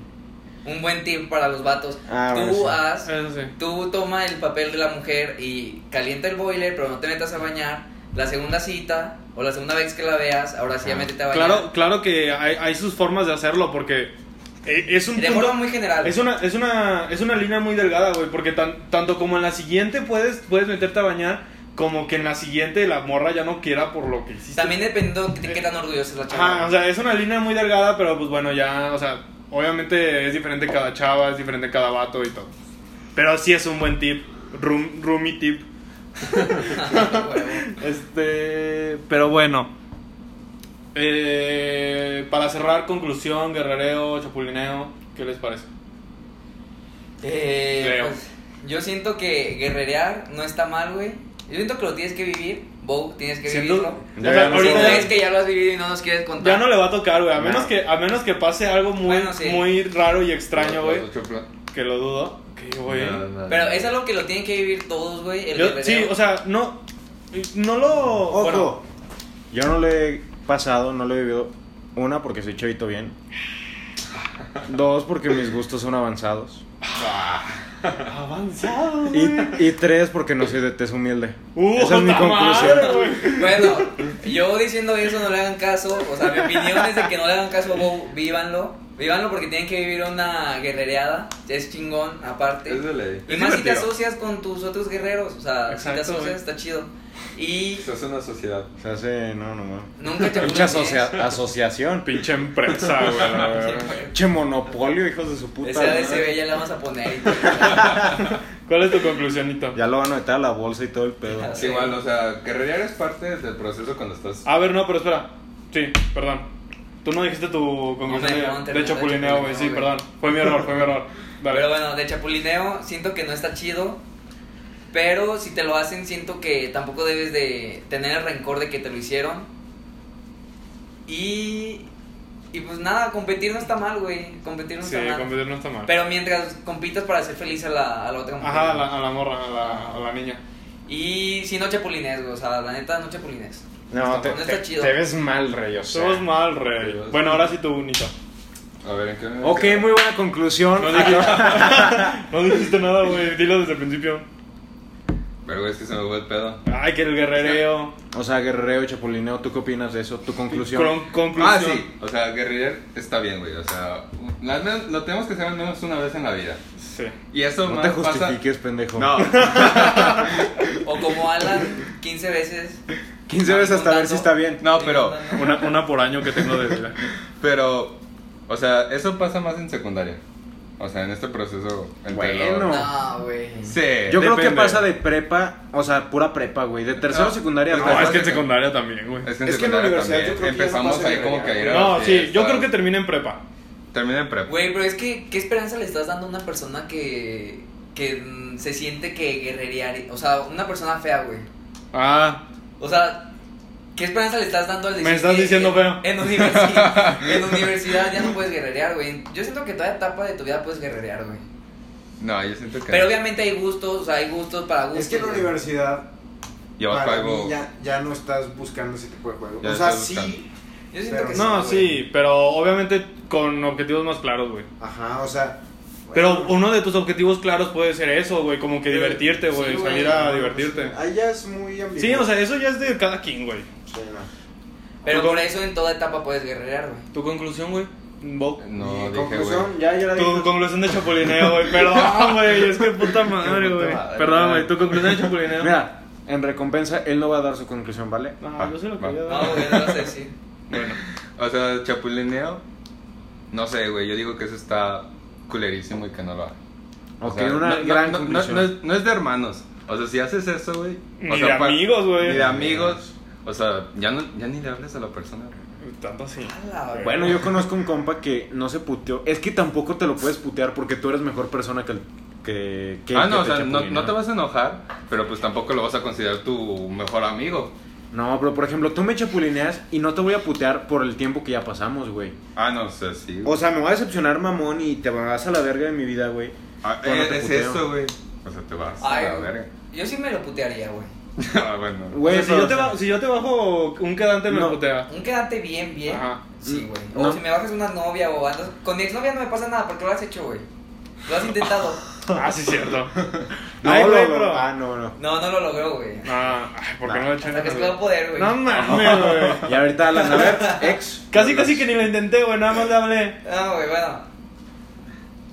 Speaker 2: Un buen tip para los vatos.
Speaker 4: Ah,
Speaker 2: tú
Speaker 4: bueno, sí.
Speaker 2: haz,
Speaker 3: Eh,
Speaker 1: Eso sí.
Speaker 2: tú toma el papel de la mujer y calienta el boiler, pero no te metas a bañar. La segunda cita o la segunda vez que la veas, ahora sí ya
Speaker 4: Ah,
Speaker 2: métete a bañar.
Speaker 1: Claro, claro que hay, hay sus formas de hacerlo porque eh, es un
Speaker 2: De
Speaker 1: punto-
Speaker 2: forma muy general.
Speaker 1: Es una, es una, es una línea muy delgada, güey, porque tan- tanto como en la siguiente puedes, puedes meterte a bañar, como que en la siguiente la morra ya no quiera por lo que hiciste.
Speaker 2: También dependiendo de qué- qué tan orgullosa es la chava.
Speaker 1: Ajá, o sea, es una línea muy delgada, pero pues bueno, ya, o sea, obviamente es diferente cada chava, es diferente cada vato y todo. Pero sí es un buen tip, room, roomie tip.
Speaker 2: Huevo.
Speaker 1: Este, pero bueno. Eh, para cerrar, conclusión, guerrereo, chapulineo, ¿qué les parece?
Speaker 2: Eh,
Speaker 1: Creo.
Speaker 2: pues, yo siento que guerrerear no está mal, güey. Yo siento que lo tienes que vivir. Bo, tienes que
Speaker 1: Siento-
Speaker 2: vivirlo.
Speaker 1: o
Speaker 4: Ya
Speaker 1: sea,
Speaker 4: habíamos
Speaker 1: ahorita
Speaker 2: Si
Speaker 4: hablado.
Speaker 1: ya-
Speaker 2: crees que ya lo has vivido y no nos quieres contar.
Speaker 1: Ya no le va a tocar, güey. A
Speaker 4: No.
Speaker 1: menos que, a menos que pase algo muy,
Speaker 2: Bueno, sí.
Speaker 1: muy raro y extraño,
Speaker 3: Los
Speaker 1: güey.
Speaker 3: ocho pla-
Speaker 1: Que lo dudo. Que, güey.
Speaker 3: Nada, nada.
Speaker 2: Pero es algo que lo tienen que vivir todos, güey. El
Speaker 1: Yo-
Speaker 2: guerrero.
Speaker 1: sí, o sea, no. No lo.
Speaker 4: Ojo.
Speaker 1: bueno,
Speaker 4: Yo no lo he pasado, no lo he vivido. Una, porque soy chavito bien. Dos, porque mis gustos son avanzados.
Speaker 1: Avanzado, güey.
Speaker 4: Y, y tres, porque no soy de tez humilde.
Speaker 1: Uh,
Speaker 4: Esa es mi
Speaker 1: ta
Speaker 4: conclusión.
Speaker 1: madre, güey.
Speaker 2: Bueno, yo diciendo eso no le hagan caso, o sea, mi opinión es de que no le hagan caso a Bow, vívanlo, vívanlo porque tienen que vivir una guerrereada, es chingón, aparte.
Speaker 3: Es de ley.
Speaker 2: Y
Speaker 3: Es
Speaker 2: más si te
Speaker 3: divertido.
Speaker 2: asocias con tus otros guerreros, o sea, si te
Speaker 1: Exacto,
Speaker 2: asocias
Speaker 1: güey.
Speaker 2: está chido. Y
Speaker 3: Eso es una sociedad.
Speaker 4: Se hace, no, no, no.
Speaker 2: nunca te
Speaker 4: Pinche
Speaker 2: aburres, ¿eh?
Speaker 4: asocia- asociación, pinche empresa, güey.
Speaker 1: Ah,
Speaker 4: la
Speaker 1: pues
Speaker 4: verdad. Pinche monopolio, hijos de su puta.
Speaker 2: Esa de
Speaker 4: madre.
Speaker 2: CB ya la vamos a poner. y todo.
Speaker 1: ¿Cuál es tu conclusión, Nito?
Speaker 4: Ya lo van a meter a la bolsa y todo el pedo.
Speaker 2: Ya.
Speaker 3: Sí, igual, o sea, guerrerear es parte del proceso cuando estás.
Speaker 1: A ver, no, pero espera. Sí, perdón. Tú no dijiste tu conclusión
Speaker 2: me-
Speaker 1: de-
Speaker 2: no,
Speaker 1: de,
Speaker 2: termina,
Speaker 1: chapulineo, güey.
Speaker 2: chapulineo,
Speaker 1: Sí,
Speaker 2: güey.
Speaker 1: perdón. Fue mi error, fue mi error. Dale.
Speaker 2: Pero bueno, de chapulineo siento que no está chido. Pero si te lo hacen, siento que tampoco debes de tener el rencor de que te lo hicieron. Y. Y pues nada, competir no está mal, güey. Competir no
Speaker 1: sí,
Speaker 2: está mal.
Speaker 1: competir no está mal.
Speaker 2: Pero mientras compitas para hacer feliz a la, a la otra mujer.
Speaker 1: Ajá, a la, a la morra, a la, a la niña.
Speaker 2: Y si no chapulines, güey. O sea, la neta, no chapulines.
Speaker 4: No, te,
Speaker 2: no está
Speaker 4: te-
Speaker 2: chido.
Speaker 4: te ves mal, rey. O sea.
Speaker 1: Somos mal, rey.
Speaker 3: Sí,
Speaker 1: Bueno, ahora sí tu bonito.
Speaker 3: A ver, ¿en qué me
Speaker 4: Ok, muy buena conclusión.
Speaker 1: No dijiste, no dijiste nada, güey. Dilo desde el principio.
Speaker 3: Pero, güey, es que se me fue el pedo.
Speaker 1: Ay, que el guerrereo.
Speaker 4: O sea, guerrero, chapulineo, ¿tú qué opinas de eso? ¿Tu conclusión?
Speaker 1: Con- conclusión.
Speaker 3: Ah, sí. O sea, guerrillear está bien, güey. O sea, al menos- lo tenemos que hacer al menos una vez en la vida.
Speaker 1: Sí.
Speaker 3: Y eso
Speaker 4: No
Speaker 3: más
Speaker 4: te
Speaker 3: pasa-
Speaker 4: justifiques, pendejo.
Speaker 3: No,
Speaker 2: O como Alan, 15 veces.
Speaker 4: 15 veces hasta ver si está bien.
Speaker 3: no, pero,
Speaker 1: Una, una por año que tengo de vida.
Speaker 3: pero, o sea, eso pasa más en secundaria. O sea, en este proceso. Entre
Speaker 4: Bueno.
Speaker 3: los-
Speaker 2: No, güey.
Speaker 3: Sí.
Speaker 4: Yo creo que
Speaker 1: Depende.
Speaker 4: pasa de prepa, o sea, pura prepa, güey. De tercero
Speaker 3: No.
Speaker 4: secundaria.
Speaker 3: No,
Speaker 4: hasta-
Speaker 1: No, es que en secundaria también, güey.
Speaker 3: Es que en
Speaker 5: Es que en la
Speaker 3: secundaria
Speaker 5: universidad
Speaker 3: también.
Speaker 5: yo creo que ya no
Speaker 3: Empezamos
Speaker 5: pasa
Speaker 3: ahí
Speaker 5: de
Speaker 3: como que a
Speaker 5: guerrear.
Speaker 3: ir a-
Speaker 1: No, sí, yo
Speaker 3: está-
Speaker 1: creo que termina en prepa.
Speaker 3: Termina en prepa.
Speaker 2: Güey, pero es que, ¿qué esperanza le estás dando a una persona que, que mm, se siente que guerrerear? O sea, una persona fea, güey.
Speaker 1: Ah,
Speaker 2: O sea, ¿qué esperanza le estás dando al decir
Speaker 1: Me estás
Speaker 2: que
Speaker 1: diciendo
Speaker 2: en-
Speaker 1: feo.
Speaker 2: En, universidad, en universidad ya no puedes guerrerear, güey. Yo siento que toda etapa de tu vida puedes guerrerear, güey.
Speaker 3: No, yo siento que.
Speaker 2: Pero obviamente hay gustos, o sea, hay gustos para gustos.
Speaker 5: Es que en la
Speaker 2: güey.
Speaker 5: universidad
Speaker 3: Yo
Speaker 5: para
Speaker 3: pago.
Speaker 5: mí ya, ya no estás buscando ese tipo de juego.
Speaker 3: Ya
Speaker 5: o sea,
Speaker 3: estás
Speaker 5: sí.
Speaker 2: Yo siento que
Speaker 1: no,
Speaker 2: güey.
Speaker 1: sí, pero obviamente con objetivos más claros, güey.
Speaker 5: Ajá, o sea.
Speaker 1: Pero
Speaker 5: bueno,
Speaker 1: uno de tus objetivos claros puede ser eso, güey, como que
Speaker 2: Pero-
Speaker 1: divertirte, güey,
Speaker 2: sí, güey,
Speaker 1: salir a
Speaker 2: no,
Speaker 1: divertirte.
Speaker 5: pues, Ahí ya es muy ambiguo.
Speaker 1: Sí, o sea, eso ya es de cada quien, güey.
Speaker 5: Sí, no.
Speaker 2: Pero
Speaker 1: Tú-
Speaker 2: por eso en toda etapa puedes guerrerear, güey.
Speaker 1: ¿Tu conclusión, güey? Bo.
Speaker 3: No,
Speaker 5: Y
Speaker 3: dije, güey.
Speaker 5: conclusión, ya, ya la
Speaker 1: Tu
Speaker 5: dije.
Speaker 1: conclusión de chapulineo, güey. Perdón, güey, es que puta madre,
Speaker 3: puta
Speaker 1: güey.
Speaker 3: madre,
Speaker 1: Perdón,
Speaker 3: madre.
Speaker 1: güey, tu conclusión de chapulineo.
Speaker 4: Mira, en recompensa, él no va a dar su conclusión, ¿vale?
Speaker 1: No, Ah, yo sé lo que
Speaker 3: Va.
Speaker 1: quería
Speaker 2: No,
Speaker 1: dar.
Speaker 2: güey, no lo sé, sí.
Speaker 1: Bueno.
Speaker 3: O sea, chapulineo. No sé, güey. Yo digo que eso está culerísimo y que no lo haga. O
Speaker 4: Ok,
Speaker 3: sea,
Speaker 4: una
Speaker 3: no,
Speaker 4: gran
Speaker 3: no, no,
Speaker 4: conclusión.
Speaker 3: no es, no es de hermanos. O sea, si haces eso, güey. o
Speaker 1: Ni
Speaker 3: sea,
Speaker 1: de
Speaker 3: pa-
Speaker 1: amigos, güey.
Speaker 3: Ni de amigos. O sea, ya, no, ya ni le hables a la persona. güey.
Speaker 1: Tanto así.
Speaker 2: Ala, güey.
Speaker 4: Bueno, yo conozco un compa que no se puteó. Es que tampoco te lo puedes putear porque tú eres mejor persona que el que, que
Speaker 3: ah,
Speaker 4: el que
Speaker 3: no, o sea, no,
Speaker 4: chapulineó.
Speaker 3: no te vas a enojar, pero pues tampoco lo vas a considerar tu mejor amigo.
Speaker 4: No, pero por ejemplo, tú me chapulineas y no te voy a putear por el tiempo que ya pasamos, güey.
Speaker 3: Ah, no, o sea, sí.
Speaker 4: O sea, me va a decepcionar mamón y te vas a la verga de mi vida, güey.
Speaker 3: Ah,
Speaker 4: o no te
Speaker 3: es
Speaker 4: puteo.
Speaker 3: eso, güey. O sea, te vas
Speaker 2: Ay,
Speaker 3: a la verga.
Speaker 2: yo sí me lo putearía, güey.
Speaker 3: ah, bueno.
Speaker 4: Güey,
Speaker 1: O sea, si,
Speaker 4: pero-
Speaker 1: yo te ba- si yo te bajo un quedante, me
Speaker 4: No.
Speaker 1: putea.
Speaker 2: Un quédate bien, bien.
Speaker 1: Ajá.
Speaker 2: Sí, güey. O
Speaker 4: Mm. No.
Speaker 2: si me bajas una novia o andas. Con mi exnovia no me pasa nada porque lo has hecho, güey. Lo has intentado.
Speaker 1: Ah, sí, cierto.
Speaker 4: No,
Speaker 1: Ay,
Speaker 4: lo-
Speaker 1: güey,
Speaker 4: lo-
Speaker 1: pero-
Speaker 4: Ah, no, no.
Speaker 2: No, no lo logró, güey.
Speaker 1: Ah, ay, ¿por qué
Speaker 4: No.
Speaker 1: no, lo echan
Speaker 2: Hasta que
Speaker 1: a-
Speaker 2: se poder, güey.
Speaker 1: No mames, güey.
Speaker 4: Y ahorita Alan, a ver, ex.
Speaker 1: Casi, casi que ni lo intenté, güey, nada más le hablé.
Speaker 2: No, güey, bueno.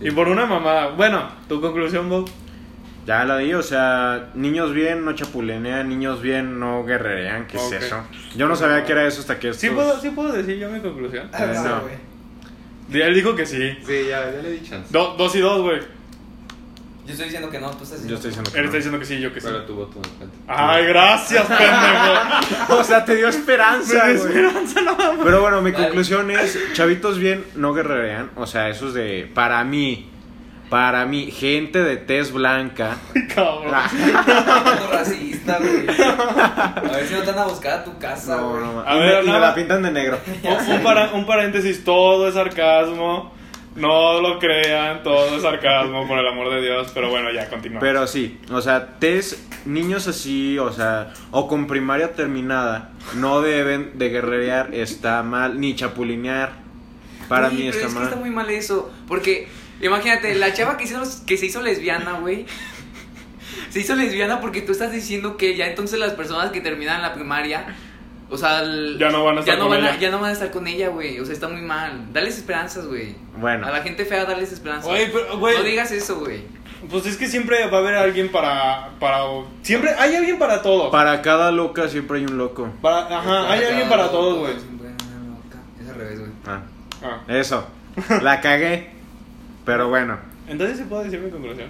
Speaker 1: Y por una mamada. Bueno, tu conclusión, Bob.
Speaker 4: Ya la di, o sea, niños bien no chapulinean, niños bien no guerrerean, ¿qué
Speaker 1: Ok.
Speaker 4: es eso? Yo no sabía que era eso hasta que esto...
Speaker 1: ¿Sí puedo, ¿Sí puedo decir yo mi conclusión?
Speaker 2: Ah,
Speaker 4: Eh,
Speaker 2: sí,
Speaker 4: no.
Speaker 2: güey.
Speaker 1: Y él dijo que sí.
Speaker 3: Sí, ya, ya le di chance.
Speaker 1: Do- dos y dos, güey.
Speaker 2: Yo estoy diciendo que no, tú estás
Speaker 4: Yo
Speaker 2: diciendo.
Speaker 4: estoy diciendo que
Speaker 1: Él
Speaker 4: no.
Speaker 1: está diciendo que sí, yo que sí. Ah,
Speaker 3: Pero tu voto no cuenta.
Speaker 1: Ay, gracias, pendejo.
Speaker 4: O sea, te dio esperanza,
Speaker 1: Me dio
Speaker 4: güey. Pero bueno, mi
Speaker 2: Vale.
Speaker 4: conclusión es, chavitos bien no guerrerean, o sea, eso es de, para mí, para mí, gente de tez blanca... Ah,
Speaker 1: Cabrón.
Speaker 2: Como racista, güey. A ver si no te van a buscar a tu casa,
Speaker 4: No,
Speaker 2: güey.
Speaker 4: no,
Speaker 1: A
Speaker 4: y
Speaker 1: ver,
Speaker 4: me- y me
Speaker 1: nada.
Speaker 4: la pintan de negro.
Speaker 1: Un, un para- un paréntesis, todo es sarcasmo. No lo crean, todo es sarcasmo, por el amor de Dios. Pero bueno, ya, continúa.
Speaker 4: Pero sí, o sea, test, niños así, o sea, o con primaria terminada, no deben de guerrerear, está mal, ni chapulinear. Para
Speaker 2: Güey,
Speaker 4: mí
Speaker 2: pero
Speaker 4: está
Speaker 2: es que
Speaker 4: mal.
Speaker 2: está muy mal eso. Porque Imagínate, la chava que, hizo- que se hizo lesbiana, güey. Se hizo lesbiana porque tú estás diciendo que ya entonces las personas que terminan la primaria, o sea, el-
Speaker 1: Ya no van a estar
Speaker 2: ya
Speaker 1: con
Speaker 2: van
Speaker 1: ella.
Speaker 2: ya no van a estar con ella, güey. O sea, está muy mal. Dales esperanzas, güey.
Speaker 4: Bueno.
Speaker 2: A la gente fea, dales esperanzas.
Speaker 1: Oye, pero, güey.
Speaker 2: No digas eso, güey.
Speaker 1: Pues es que siempre va a haber alguien para. para siempre hay alguien para todo.
Speaker 4: Para cada loca siempre hay un loco.
Speaker 1: Para- ajá, hay alguien para todos, güey.
Speaker 2: Es al revés, güey.
Speaker 4: Ah,
Speaker 1: Ah,
Speaker 4: eso. La cagué. Pero bueno.
Speaker 1: Entonces se puede decir mi conclusión.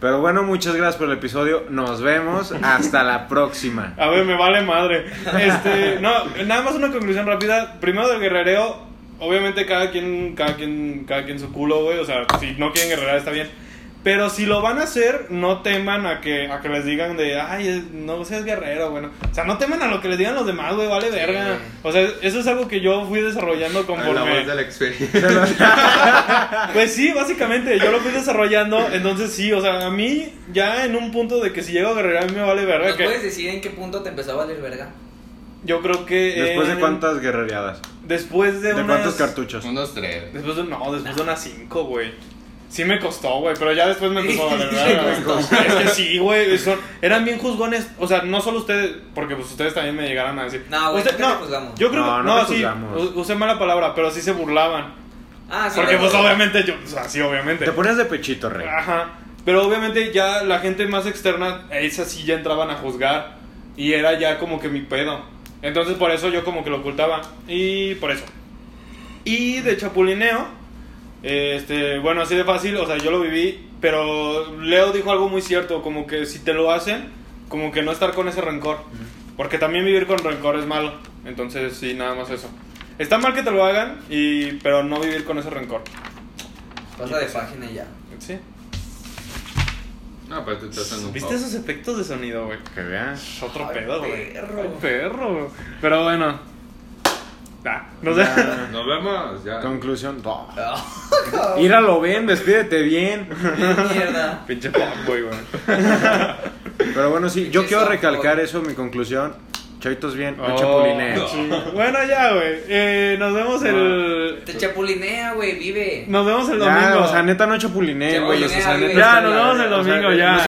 Speaker 4: Pero bueno, muchas gracias por el episodio. Nos vemos. Hasta la próxima.
Speaker 1: A ver, me vale madre. Este, no, nada más una conclusión rápida. Primero del guerrereo, obviamente cada quien, cada quien, cada quien su culo, güey. O sea, si no quieren guerrerar está bien. Pero si lo van a hacer, no teman a que, a que les digan de, ay, es- no seas guerrero, bueno. O sea, no teman a lo que les digan los demás, güey, vale verga. O sea, eso es algo que yo fui desarrollando
Speaker 3: A La
Speaker 1: conforme...
Speaker 3: voz de la experiencia.
Speaker 1: Pues sí, básicamente, yo lo fui desarrollando, entonces sí, o sea, a mí ya en un punto de que si llego a guerrerar a mí me vale verga
Speaker 2: ¿Nos
Speaker 1: que
Speaker 2: puedes decir en qué punto te empezó a valer verga?
Speaker 1: yo creo que
Speaker 4: Después de
Speaker 1: en-
Speaker 4: cuántas guerrereadas.
Speaker 1: después Eh, de,
Speaker 4: ¿De
Speaker 1: unas
Speaker 4: cuántos cartuchos?
Speaker 3: Unos tres.
Speaker 1: Después de no, después de unas 5, güey. Sí me costó, güey, pero ya después me empezó a valer verga.
Speaker 2: Sí,
Speaker 1: güey. es que sí, güey, son- eran bien juzgones, o sea, no solo ustedes, porque pues ustedes también me llegaron a decir.
Speaker 2: No, güey,
Speaker 1: Usted-
Speaker 2: no te juzgamos.
Speaker 1: Yo creo
Speaker 4: No,
Speaker 1: que
Speaker 4: no
Speaker 1: no,
Speaker 4: te
Speaker 1: sí,
Speaker 4: juzgamos.
Speaker 1: u- usé mala palabra, pero sí se burlaban.
Speaker 2: Ah, sí.
Speaker 1: Porque
Speaker 2: güey.
Speaker 1: pues obviamente yo, o sea, sí, obviamente.
Speaker 4: Te ponías de pechito, rey.
Speaker 1: Ajá. Pero obviamente ya la gente más externa, esa sí ya entraban a juzgar. Y era ya como que mi pedo. Entonces por eso yo como que lo ocultaba. Y por eso. Y de chapulineo, este, bueno, así de fácil, o sea, yo lo viví. Pero Leo dijo algo muy cierto, como que si te lo hacen, como que no estar con ese rencor. Porque también vivir con rencor es malo. Entonces sí, nada más eso. Está mal que te lo hagan, y, pero no vivir con ese rencor.
Speaker 2: Pasa de página y ya.
Speaker 1: Sí.
Speaker 3: No, pero tú estás en un
Speaker 1: ¿Viste
Speaker 3: pub.
Speaker 1: esos efectos de sonido, güey?
Speaker 4: Que veas.
Speaker 1: Es Otro
Speaker 2: Ay,
Speaker 1: pedo, güey.
Speaker 2: perro.
Speaker 1: Ay, perro. Pero bueno. Ah, no sé.
Speaker 4: Ya.
Speaker 3: Nos vemos, ya.
Speaker 4: Conclusión. Oh. No.
Speaker 2: Ah,
Speaker 4: Íralo bien, despídete bien.
Speaker 2: mierda.
Speaker 1: Pinche fuckboy, güey.
Speaker 4: Pero bueno, sí, yo
Speaker 2: Pinche
Speaker 4: quiero
Speaker 2: softball.
Speaker 4: recalcar eso, mi conclusión. Chavitos bien, no
Speaker 1: Oh,
Speaker 4: chapulinees.
Speaker 1: sí. Bueno, ya, güey. Eh, nos vemos el.
Speaker 2: Te chapulinea, güey, vive.
Speaker 1: Nos vemos el domingo.
Speaker 4: Ya, o sea, neta no chapulinees,
Speaker 2: Chapulinea,
Speaker 4: Eh, güey. o sea,
Speaker 2: güey.
Speaker 4: neta-
Speaker 1: Ya, nos vemos el domingo, ya.